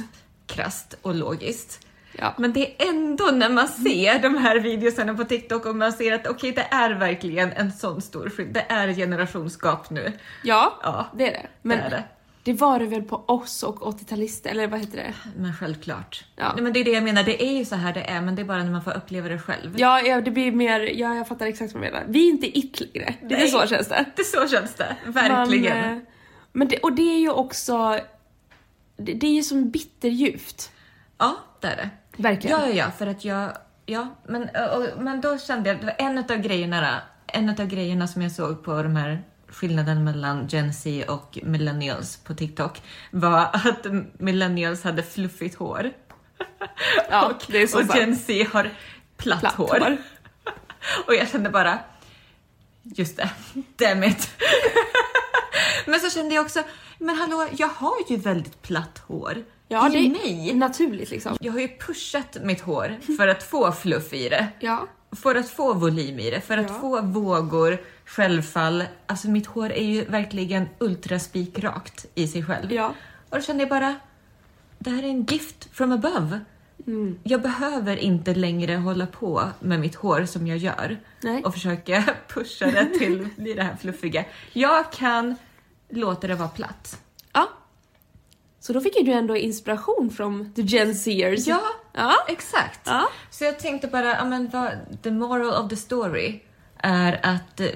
Speaker 1: krasst och logiskt.
Speaker 2: Ja.
Speaker 1: Men det är ändå när man ser de här videosarna på TikTok och man ser att okej, det är verkligen en sån stor skillnad. Det är generationsgap nu.
Speaker 2: Ja,
Speaker 1: Ja,
Speaker 2: det är det. Men
Speaker 1: det är det.
Speaker 2: det var det väl på oss och 80-talister, eller vad heter det?
Speaker 1: Men självklart.
Speaker 2: Ja.
Speaker 1: Nej, men det är det jag menar, det är ju så här det är, men det är bara när man får uppleva det själv.
Speaker 2: Ja, ja det blir mer, ja jag fattar exakt vad du menar. Vi är inte it längre. Lite
Speaker 1: Nej.
Speaker 2: så känns det.
Speaker 1: Det så känns det, verkligen.
Speaker 2: Man, eh, men det, och det är ju också, det, det är ju som bitterljuvt.
Speaker 1: Ja, det är det.
Speaker 2: Verkligen.
Speaker 1: Ja, ja, ja, för att jag... Ja, men, och, men då kände jag, det var en av grejerna, en av grejerna som jag såg på de här skillnaden mellan Gen Z och millennials på TikTok var att millennials hade fluffigt hår
Speaker 2: Ja,
Speaker 1: och,
Speaker 2: det är så
Speaker 1: och
Speaker 2: sant.
Speaker 1: Gen Z har platt,
Speaker 2: Platt
Speaker 1: hår.
Speaker 2: hår.
Speaker 1: och jag kände bara, just det, damn it. men så kände jag också, men hallå, jag har ju väldigt platt hår.
Speaker 2: Ja,
Speaker 1: I
Speaker 2: det
Speaker 1: mig.
Speaker 2: är naturligt liksom.
Speaker 1: Jag har ju pushat mitt hår för att få fluff i det.
Speaker 2: Ja.
Speaker 1: För att få volym i det, för att
Speaker 2: Ja.
Speaker 1: få vågor, självfall. Alltså mitt hår är ju verkligen ultraspikrakt i sig själv.
Speaker 2: Ja.
Speaker 1: Och då kände jag bara, det här är en gift from above.
Speaker 2: Mm.
Speaker 1: Jag behöver inte längre hålla på med mitt hår som jag gör
Speaker 2: Nej.
Speaker 1: och försöka pusha det till att bli det här fluffiga. Jag kan låta det vara platt.
Speaker 2: ja. Så då fick ju du ändå inspiration från the Gen Zers.
Speaker 1: Ja,
Speaker 2: Ja.
Speaker 1: exakt.
Speaker 2: Ja.
Speaker 1: Så jag tänkte bara, ja, men vad, the moral of the story är att eh,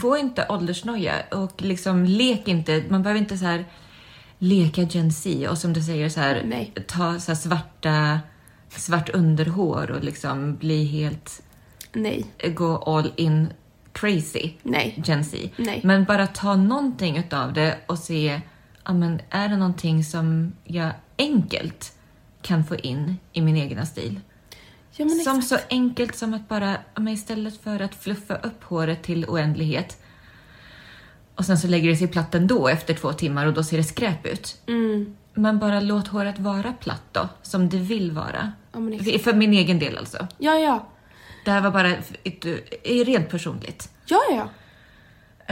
Speaker 1: få inte åldersnoja och liksom lek inte, man behöver inte så här leka Gen Z och som du säger så här,
Speaker 2: Nej.
Speaker 1: ta så här svarta, svart underhår och liksom bli helt,
Speaker 2: Nej,
Speaker 1: gå all in crazy
Speaker 2: nej.
Speaker 1: Gen Z.
Speaker 2: Nej.
Speaker 1: Men bara ta någonting utav det och se, ja, men är det någonting som jag enkelt kan få in i min egna stil?
Speaker 2: Ja, men
Speaker 1: Som
Speaker 2: exakt.
Speaker 1: så enkelt som att bara, ja, men istället för att fluffa upp håret till oändlighet och sen så lägger det sig platt ändå efter två timmar och då ser det skräp ut.
Speaker 2: Mm.
Speaker 1: Men bara låt håret vara platt då, som det vill vara.
Speaker 2: Ja, men exakt.
Speaker 1: För min egen del alltså.
Speaker 2: Ja, ja.
Speaker 9: Det här var bara ett, ett, rent personligt.
Speaker 5: Ja, ja, ja.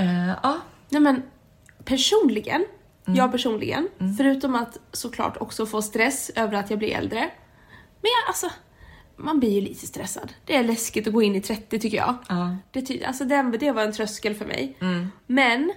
Speaker 9: Eh, ja. Mm.
Speaker 5: Nej men personligen, jag personligen, förutom att såklart också få stress över att jag blir äldre. Men jag, alltså, man blir ju lite stressad. Det är läskigt att gå in i 30 tycker jag.
Speaker 9: Ja. Mm.
Speaker 5: Det, ty- alltså, den, det var en tröskel för mig. Men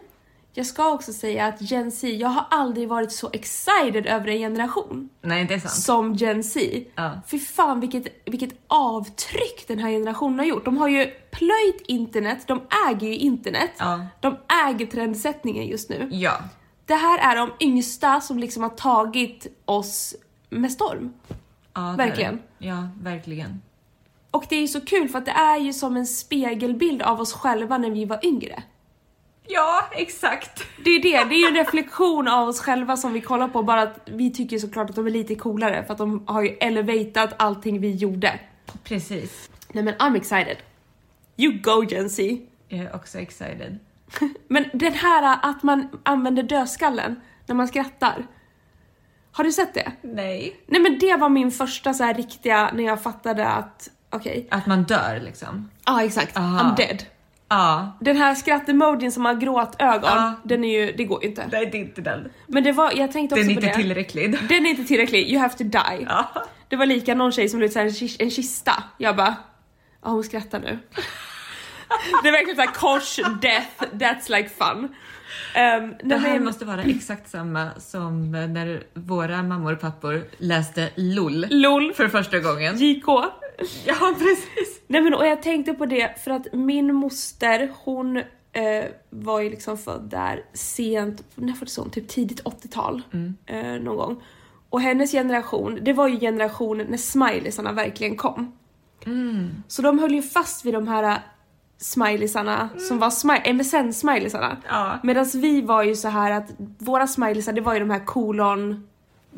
Speaker 5: jag ska också säga att Gen Z, jag har aldrig varit så excited över en generation
Speaker 9: Nej, det är sant.
Speaker 5: som Gen Z.
Speaker 9: Ja.
Speaker 5: Fy fan vilket, vilket avtryck den här generationen har gjort. De har ju plöjt internet, de äger ju internet.
Speaker 9: Ja.
Speaker 5: De äger trendsättningen just nu.
Speaker 9: Ja.
Speaker 5: Det här är de yngsta som liksom har tagit oss med storm.
Speaker 9: ja det är det.
Speaker 5: Verkligen.
Speaker 9: Ja, verkligen.
Speaker 5: Och det är ju så kul för att det är ju som en spegelbild av oss själva när vi var yngre.
Speaker 9: Ja, exakt.
Speaker 5: Det är ju det, det är ju en reflektion av oss själva som vi kollar på bara att vi tycker såklart att de är lite coolare för att de har ju elevatat allting vi gjorde.
Speaker 9: Precis.
Speaker 5: Nej men I'm excited. You go Gen Z.
Speaker 9: Jag är också excited.
Speaker 5: Men den här äh, att man använder dödskallen när man skrattar. Har du sett det?
Speaker 9: Nej.
Speaker 5: Nej men det var min första så här riktiga, när jag fattade att okej,
Speaker 9: Att man dör liksom.
Speaker 5: ja ah, exakt,
Speaker 9: Aha.
Speaker 5: I'm dead.
Speaker 9: Ja.
Speaker 5: Den här skrattemodin som har gråtögon,
Speaker 9: Ja.
Speaker 5: den är ju, det går ju inte.
Speaker 9: Nej, det är inte den.
Speaker 5: Men det var, jag tänkte också
Speaker 9: Den
Speaker 5: på
Speaker 9: är inte
Speaker 5: det.
Speaker 9: tillräcklig.
Speaker 5: Den är inte tillräcklig, you have to die.
Speaker 9: Ja.
Speaker 5: Det var lika någon tjej som la ut så här en, kis- en kista. Jag bara, ja hon skrattar nu. det är verkligen såhär kors, death, that's like fun. Ehm,
Speaker 9: Det
Speaker 5: nej,
Speaker 9: här
Speaker 5: men,
Speaker 9: måste vara exakt samma som när våra mammor och pappor läste LOL
Speaker 5: LOL,
Speaker 9: för första gången.
Speaker 5: JK.
Speaker 9: Ja, precis.
Speaker 5: Nej men och jag tänkte på det för att min moster hon eh, var ju liksom född där sent, när föddes hon? Typ tidigt 80-tal eh, någon gång. Och hennes generation, det var ju generationen när smileysarna verkligen kom. Så de höll ju fast vid de här eh, smileysarna som var smi- MSN-smileysarna.
Speaker 9: Ja.
Speaker 5: Medan vi var ju så här att våra smileysar det var ju de här kolon-gubbe.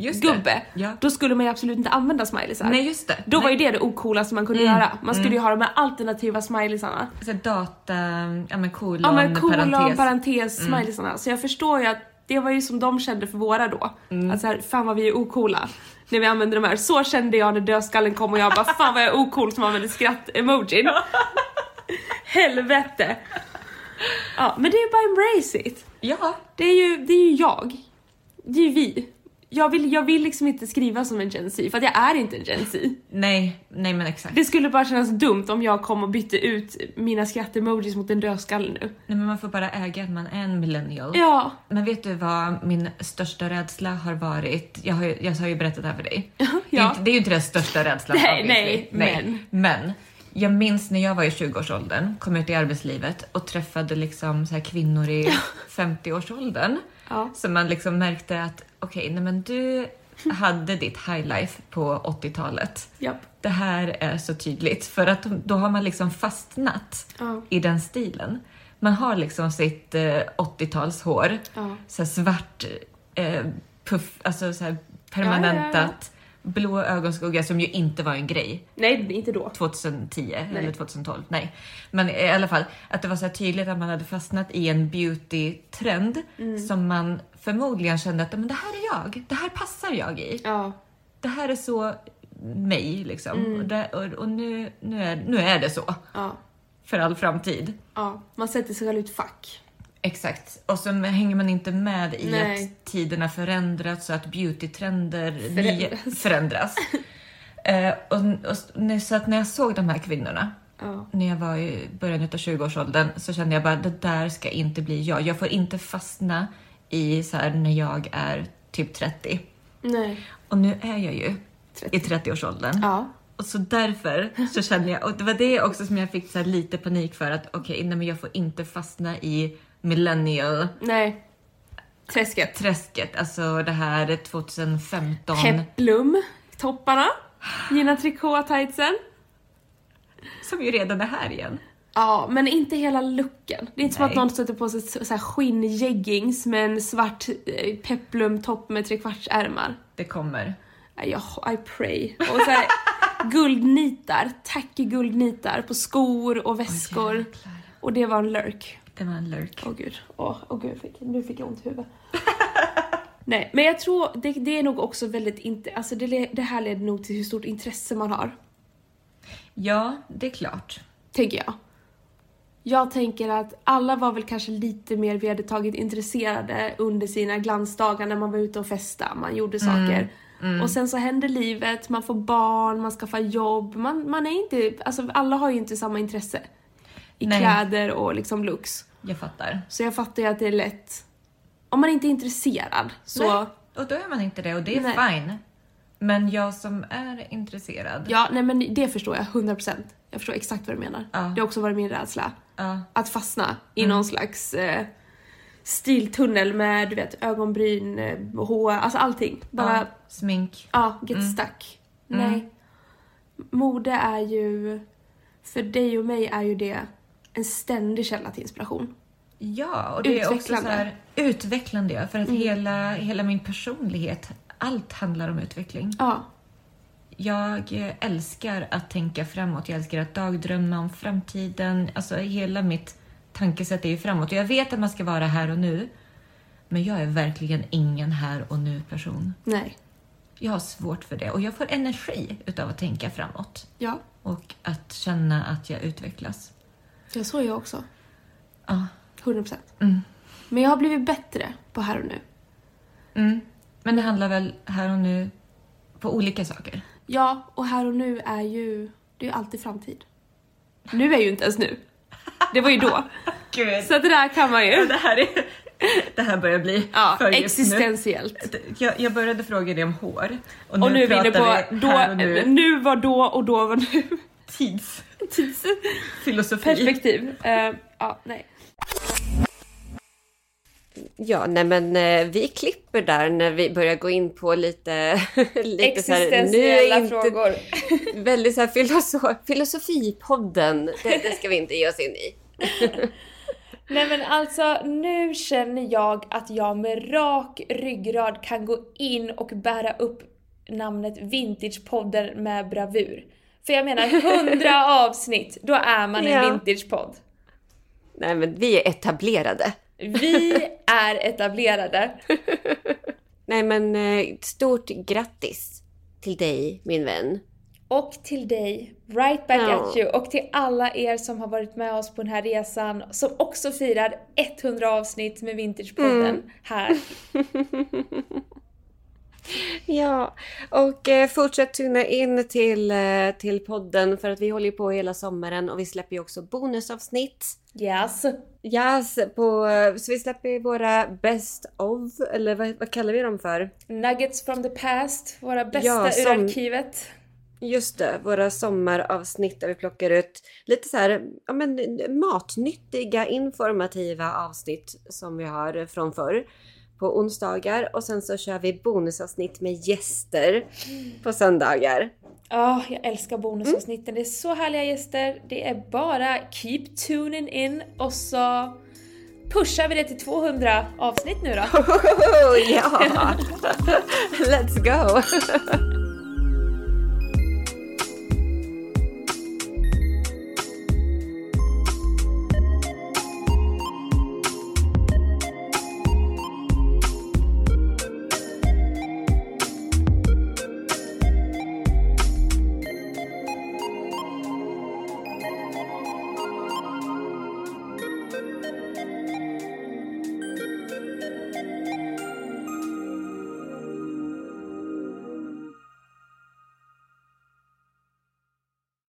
Speaker 9: Just det. Ja.
Speaker 5: Då skulle man ju absolut inte använda smileysar.
Speaker 9: Nej, just det.
Speaker 5: Då
Speaker 9: Nej. Mm.
Speaker 5: var ju det det ocoolaste man kunde göra. Man skulle ju ha de här alternativa smileysarna.
Speaker 9: Så här data, ja men kolon,
Speaker 5: Ja men kolon,
Speaker 9: parentes. Mm.
Speaker 5: parentes, smileysarna. Så jag förstår ju att det var ju som de kände för våra då.
Speaker 9: Mm.
Speaker 5: Att så här, fan vad vi är ocoola. När vi använde de här. Så kände jag när dödskallen kom och jag bara fan vad jag är ocool som använder skratt-emojin. Helvete! Ja men det är ju bara embrace it.
Speaker 9: Ja,
Speaker 5: Det är ju, det är ju jag. Det är ju vi. Jag vill, jag vill liksom inte skriva som en Gen Z för att jag är inte en Gen Z.
Speaker 9: nej, nej men exakt.
Speaker 5: Det skulle bara kännas dumt om jag kom och bytte ut mina skrattemojis mot en dödskalle nu.
Speaker 9: Nej, men man får bara äga att man är en millennial.
Speaker 5: Ja,
Speaker 9: Men vet du vad min största rädsla har varit? Jag har ju, jag har ju berättat det här för dig. Det, är
Speaker 5: Ja.
Speaker 9: inte, det är ju inte den största rädslan
Speaker 5: Nej,
Speaker 9: obviously.
Speaker 5: nej,
Speaker 9: Men jag minns när jag var i 20-årsåldern, kom ut i arbetslivet och träffade liksom så här kvinnor i 50-årsåldern.
Speaker 5: Ja.
Speaker 9: Så man liksom märkte att okej, nej men du hade ditt highlife på 80-talet.
Speaker 5: Japp.
Speaker 9: Det här är så tydligt för att då har man liksom fastnat
Speaker 5: Ja.
Speaker 9: i den stilen. Man har liksom sitt eh, 80-talshår,
Speaker 5: Ja.
Speaker 9: så här svart, eh, puff, alltså så här permanentat, blå ögonskugga som ju inte var en grej
Speaker 5: nej inte då.
Speaker 9: 2010 eller 2012. Nej, men i alla fall att det var så här tydligt att man hade fastnat i en beauty-trend som man förmodligen kände att "Ja, men det här är jag, det här passar jag i
Speaker 5: Ja.
Speaker 9: det här är så mig liksom. Och, det, och, och nu, nu, är, nu är det så.
Speaker 5: Ja.
Speaker 9: För all framtid.
Speaker 5: ja, man sätter sig själv i ett fack.
Speaker 9: Exakt. Och så hänger man inte med i
Speaker 5: Nej.
Speaker 9: att tiderna förändrats så att beautytrender förändras. förändras. eh, och, och, nu- så att när jag såg de här kvinnorna
Speaker 5: Ja.
Speaker 9: när jag var i början av 20-årsåldern så kände jag bara det där ska inte bli jag. Jag får inte fastna i så här när jag är typ 30.
Speaker 5: Nej.
Speaker 9: Och nu är jag ju i 30-årsåldern.
Speaker 5: Ja.
Speaker 9: Och så därför så känner jag, och det var det också som jag fick så här lite panik för att okej, nej men jag får inte fastna i millennial-träsket.
Speaker 5: Nej. Träsket.
Speaker 9: Alltså det här 2015.
Speaker 5: Peplum, topparna. Gina Tricot-tightsen.
Speaker 9: Som ju redan är här igen.
Speaker 5: Ja, men inte hela looken. Det är inte som
Speaker 9: Nej.
Speaker 5: att någon sätter på sig så så här skinnjeggings med en svart eh, peplum-topp med trekvartsärmar.
Speaker 9: Det kommer.
Speaker 5: Nej, Jag, I pray. Och så här, guldnitar, tacky guldnitar på skor och väskor. och det var en lurk.
Speaker 9: Det var en lurk.
Speaker 5: Åh gud, åh åh gud, jag fick, nu fick jag ont i huvudet. Nej, men jag tror det, det är nog också väldigt inte, alltså det, le- det här leder nog till hur stort intresse man har.
Speaker 9: Ja, det är klart.
Speaker 5: tänker jag. Jag tänker att alla var väl kanske lite mer vi hade tagit intresserade under sina glansdagar när man var ute och festa, man gjorde
Speaker 9: Mm.
Speaker 5: saker. Och sen så händer livet, man får barn, man skaffar jobb, man, man är inte, alltså alla har ju inte samma intresse i
Speaker 9: Nej.
Speaker 5: kläder och liksom looks.
Speaker 9: Jag fattar.
Speaker 5: Så jag fattar ju att det är lätt, om man inte är intresserad så,
Speaker 9: Nej, och då är man inte det och det är
Speaker 5: Nej.
Speaker 9: fine. Men jag som är intresserad.
Speaker 5: ja nej men det förstår jag 100%. Jag förstår exakt vad du menar.
Speaker 9: Ja.
Speaker 5: Det har också varit min rädsla.
Speaker 9: Ja. Mm.
Speaker 5: att fastna i någon slags eh, stiltunnel med du vet, ögonbryn, eh, hår, alltså allting. Bara,
Speaker 9: ja, Mm.
Speaker 5: ja,
Speaker 9: smink.
Speaker 5: get stuck. Nej. Mode är ju, för dig och mig är ju det en ständig källa till
Speaker 9: Mm.
Speaker 5: inspiration.
Speaker 9: Ja, och det är också så
Speaker 5: Utvecklande.
Speaker 9: här, utvecklande. ja, För att hela, hela min personlighet, allt handlar om utveckling.
Speaker 5: Ja,
Speaker 9: Jag eh, älskar att tänka framåt. Jag älskar att dagdrömma om framtiden. Alltså hela mitt tankesätt är ju framåt. Och jag vet att man ska vara här och nu. Men jag är verkligen ingen här och nu person.
Speaker 5: nej,
Speaker 9: Jag har svårt för det och jag får energi utav att tänka framåt
Speaker 5: ja.
Speaker 9: och att känna att jag utvecklas.
Speaker 5: Jag såg jag också.
Speaker 9: Ja.
Speaker 5: 100%. Men jag har blivit bättre på här och nu.
Speaker 9: Mm. Men det handlar väl här och nu på olika saker?
Speaker 5: Ja, och här och nu är ju, det är ju alltid framtid. Nu är ju inte ens nu. Det var ju då.
Speaker 9: Gud,
Speaker 5: Så att det där kan man ju.
Speaker 9: det här, är, det här börjar bli
Speaker 5: Ja,
Speaker 9: för djupt nu.
Speaker 5: existentiellt.
Speaker 9: Jag, jag började fråga dig om hår
Speaker 5: Och nu är vi
Speaker 9: pratar
Speaker 5: inne på
Speaker 9: vi
Speaker 5: då,
Speaker 9: här och
Speaker 5: nu.
Speaker 9: nu.
Speaker 5: var då och då var nu.
Speaker 9: tidsfilosofi.
Speaker 5: Perspektiv. Eh, ja, nej.
Speaker 3: Ja, nej men eh, vi klipper där när vi börjar gå in på lite... lite så här, nu
Speaker 2: Existentiella
Speaker 3: är inte,
Speaker 2: frågor.
Speaker 3: Väldigt så här filosof, filosofipodden. Det, det ska vi inte ge oss in i.
Speaker 2: Nej men alltså nu känner jag att jag med rak ryggrad kan gå in och bära upp namnet Vintagepodden med bravur. För jag menar 100 avsnitt, då är man en
Speaker 3: Ja.
Speaker 2: vintagepodd.
Speaker 3: Nej men vi är etablerade.
Speaker 2: Vi är etablerade.
Speaker 3: Nej men eh, stort grattis till dig min vän.
Speaker 2: Och till dig, right back
Speaker 3: Ja.
Speaker 2: at you. Och till alla er som har varit med oss på den här resan som också firar 100 avsnitt med Vintagepodden
Speaker 3: Mm.
Speaker 2: här.
Speaker 3: Ja, och eh, fortsätt tuna in till, eh, till podden för att vi håller ju på hela sommaren och vi släpper ju också bonusavsnitt.
Speaker 2: Yes.
Speaker 3: Yes, på, eh, så vi släpper ju våra best of, eller vad, vad kallar vi dem för?
Speaker 2: Nuggets from the past, våra bästa
Speaker 3: Ja, som-
Speaker 2: ur arkivet.
Speaker 3: Just det, våra sommaravsnitt där vi plockar ut lite så här, ja men matnyttiga, informativa avsnitt som vi har från förr på onsdagar och sen så kör vi bonusavsnitt med gäster på söndagar.
Speaker 2: Ja, jag älskar bonusavsnitten. Det är så härliga gäster. Det är bara keep tuning in och så pushar vi det till 200 avsnitt nu då.
Speaker 3: Oh, ja! Let's go!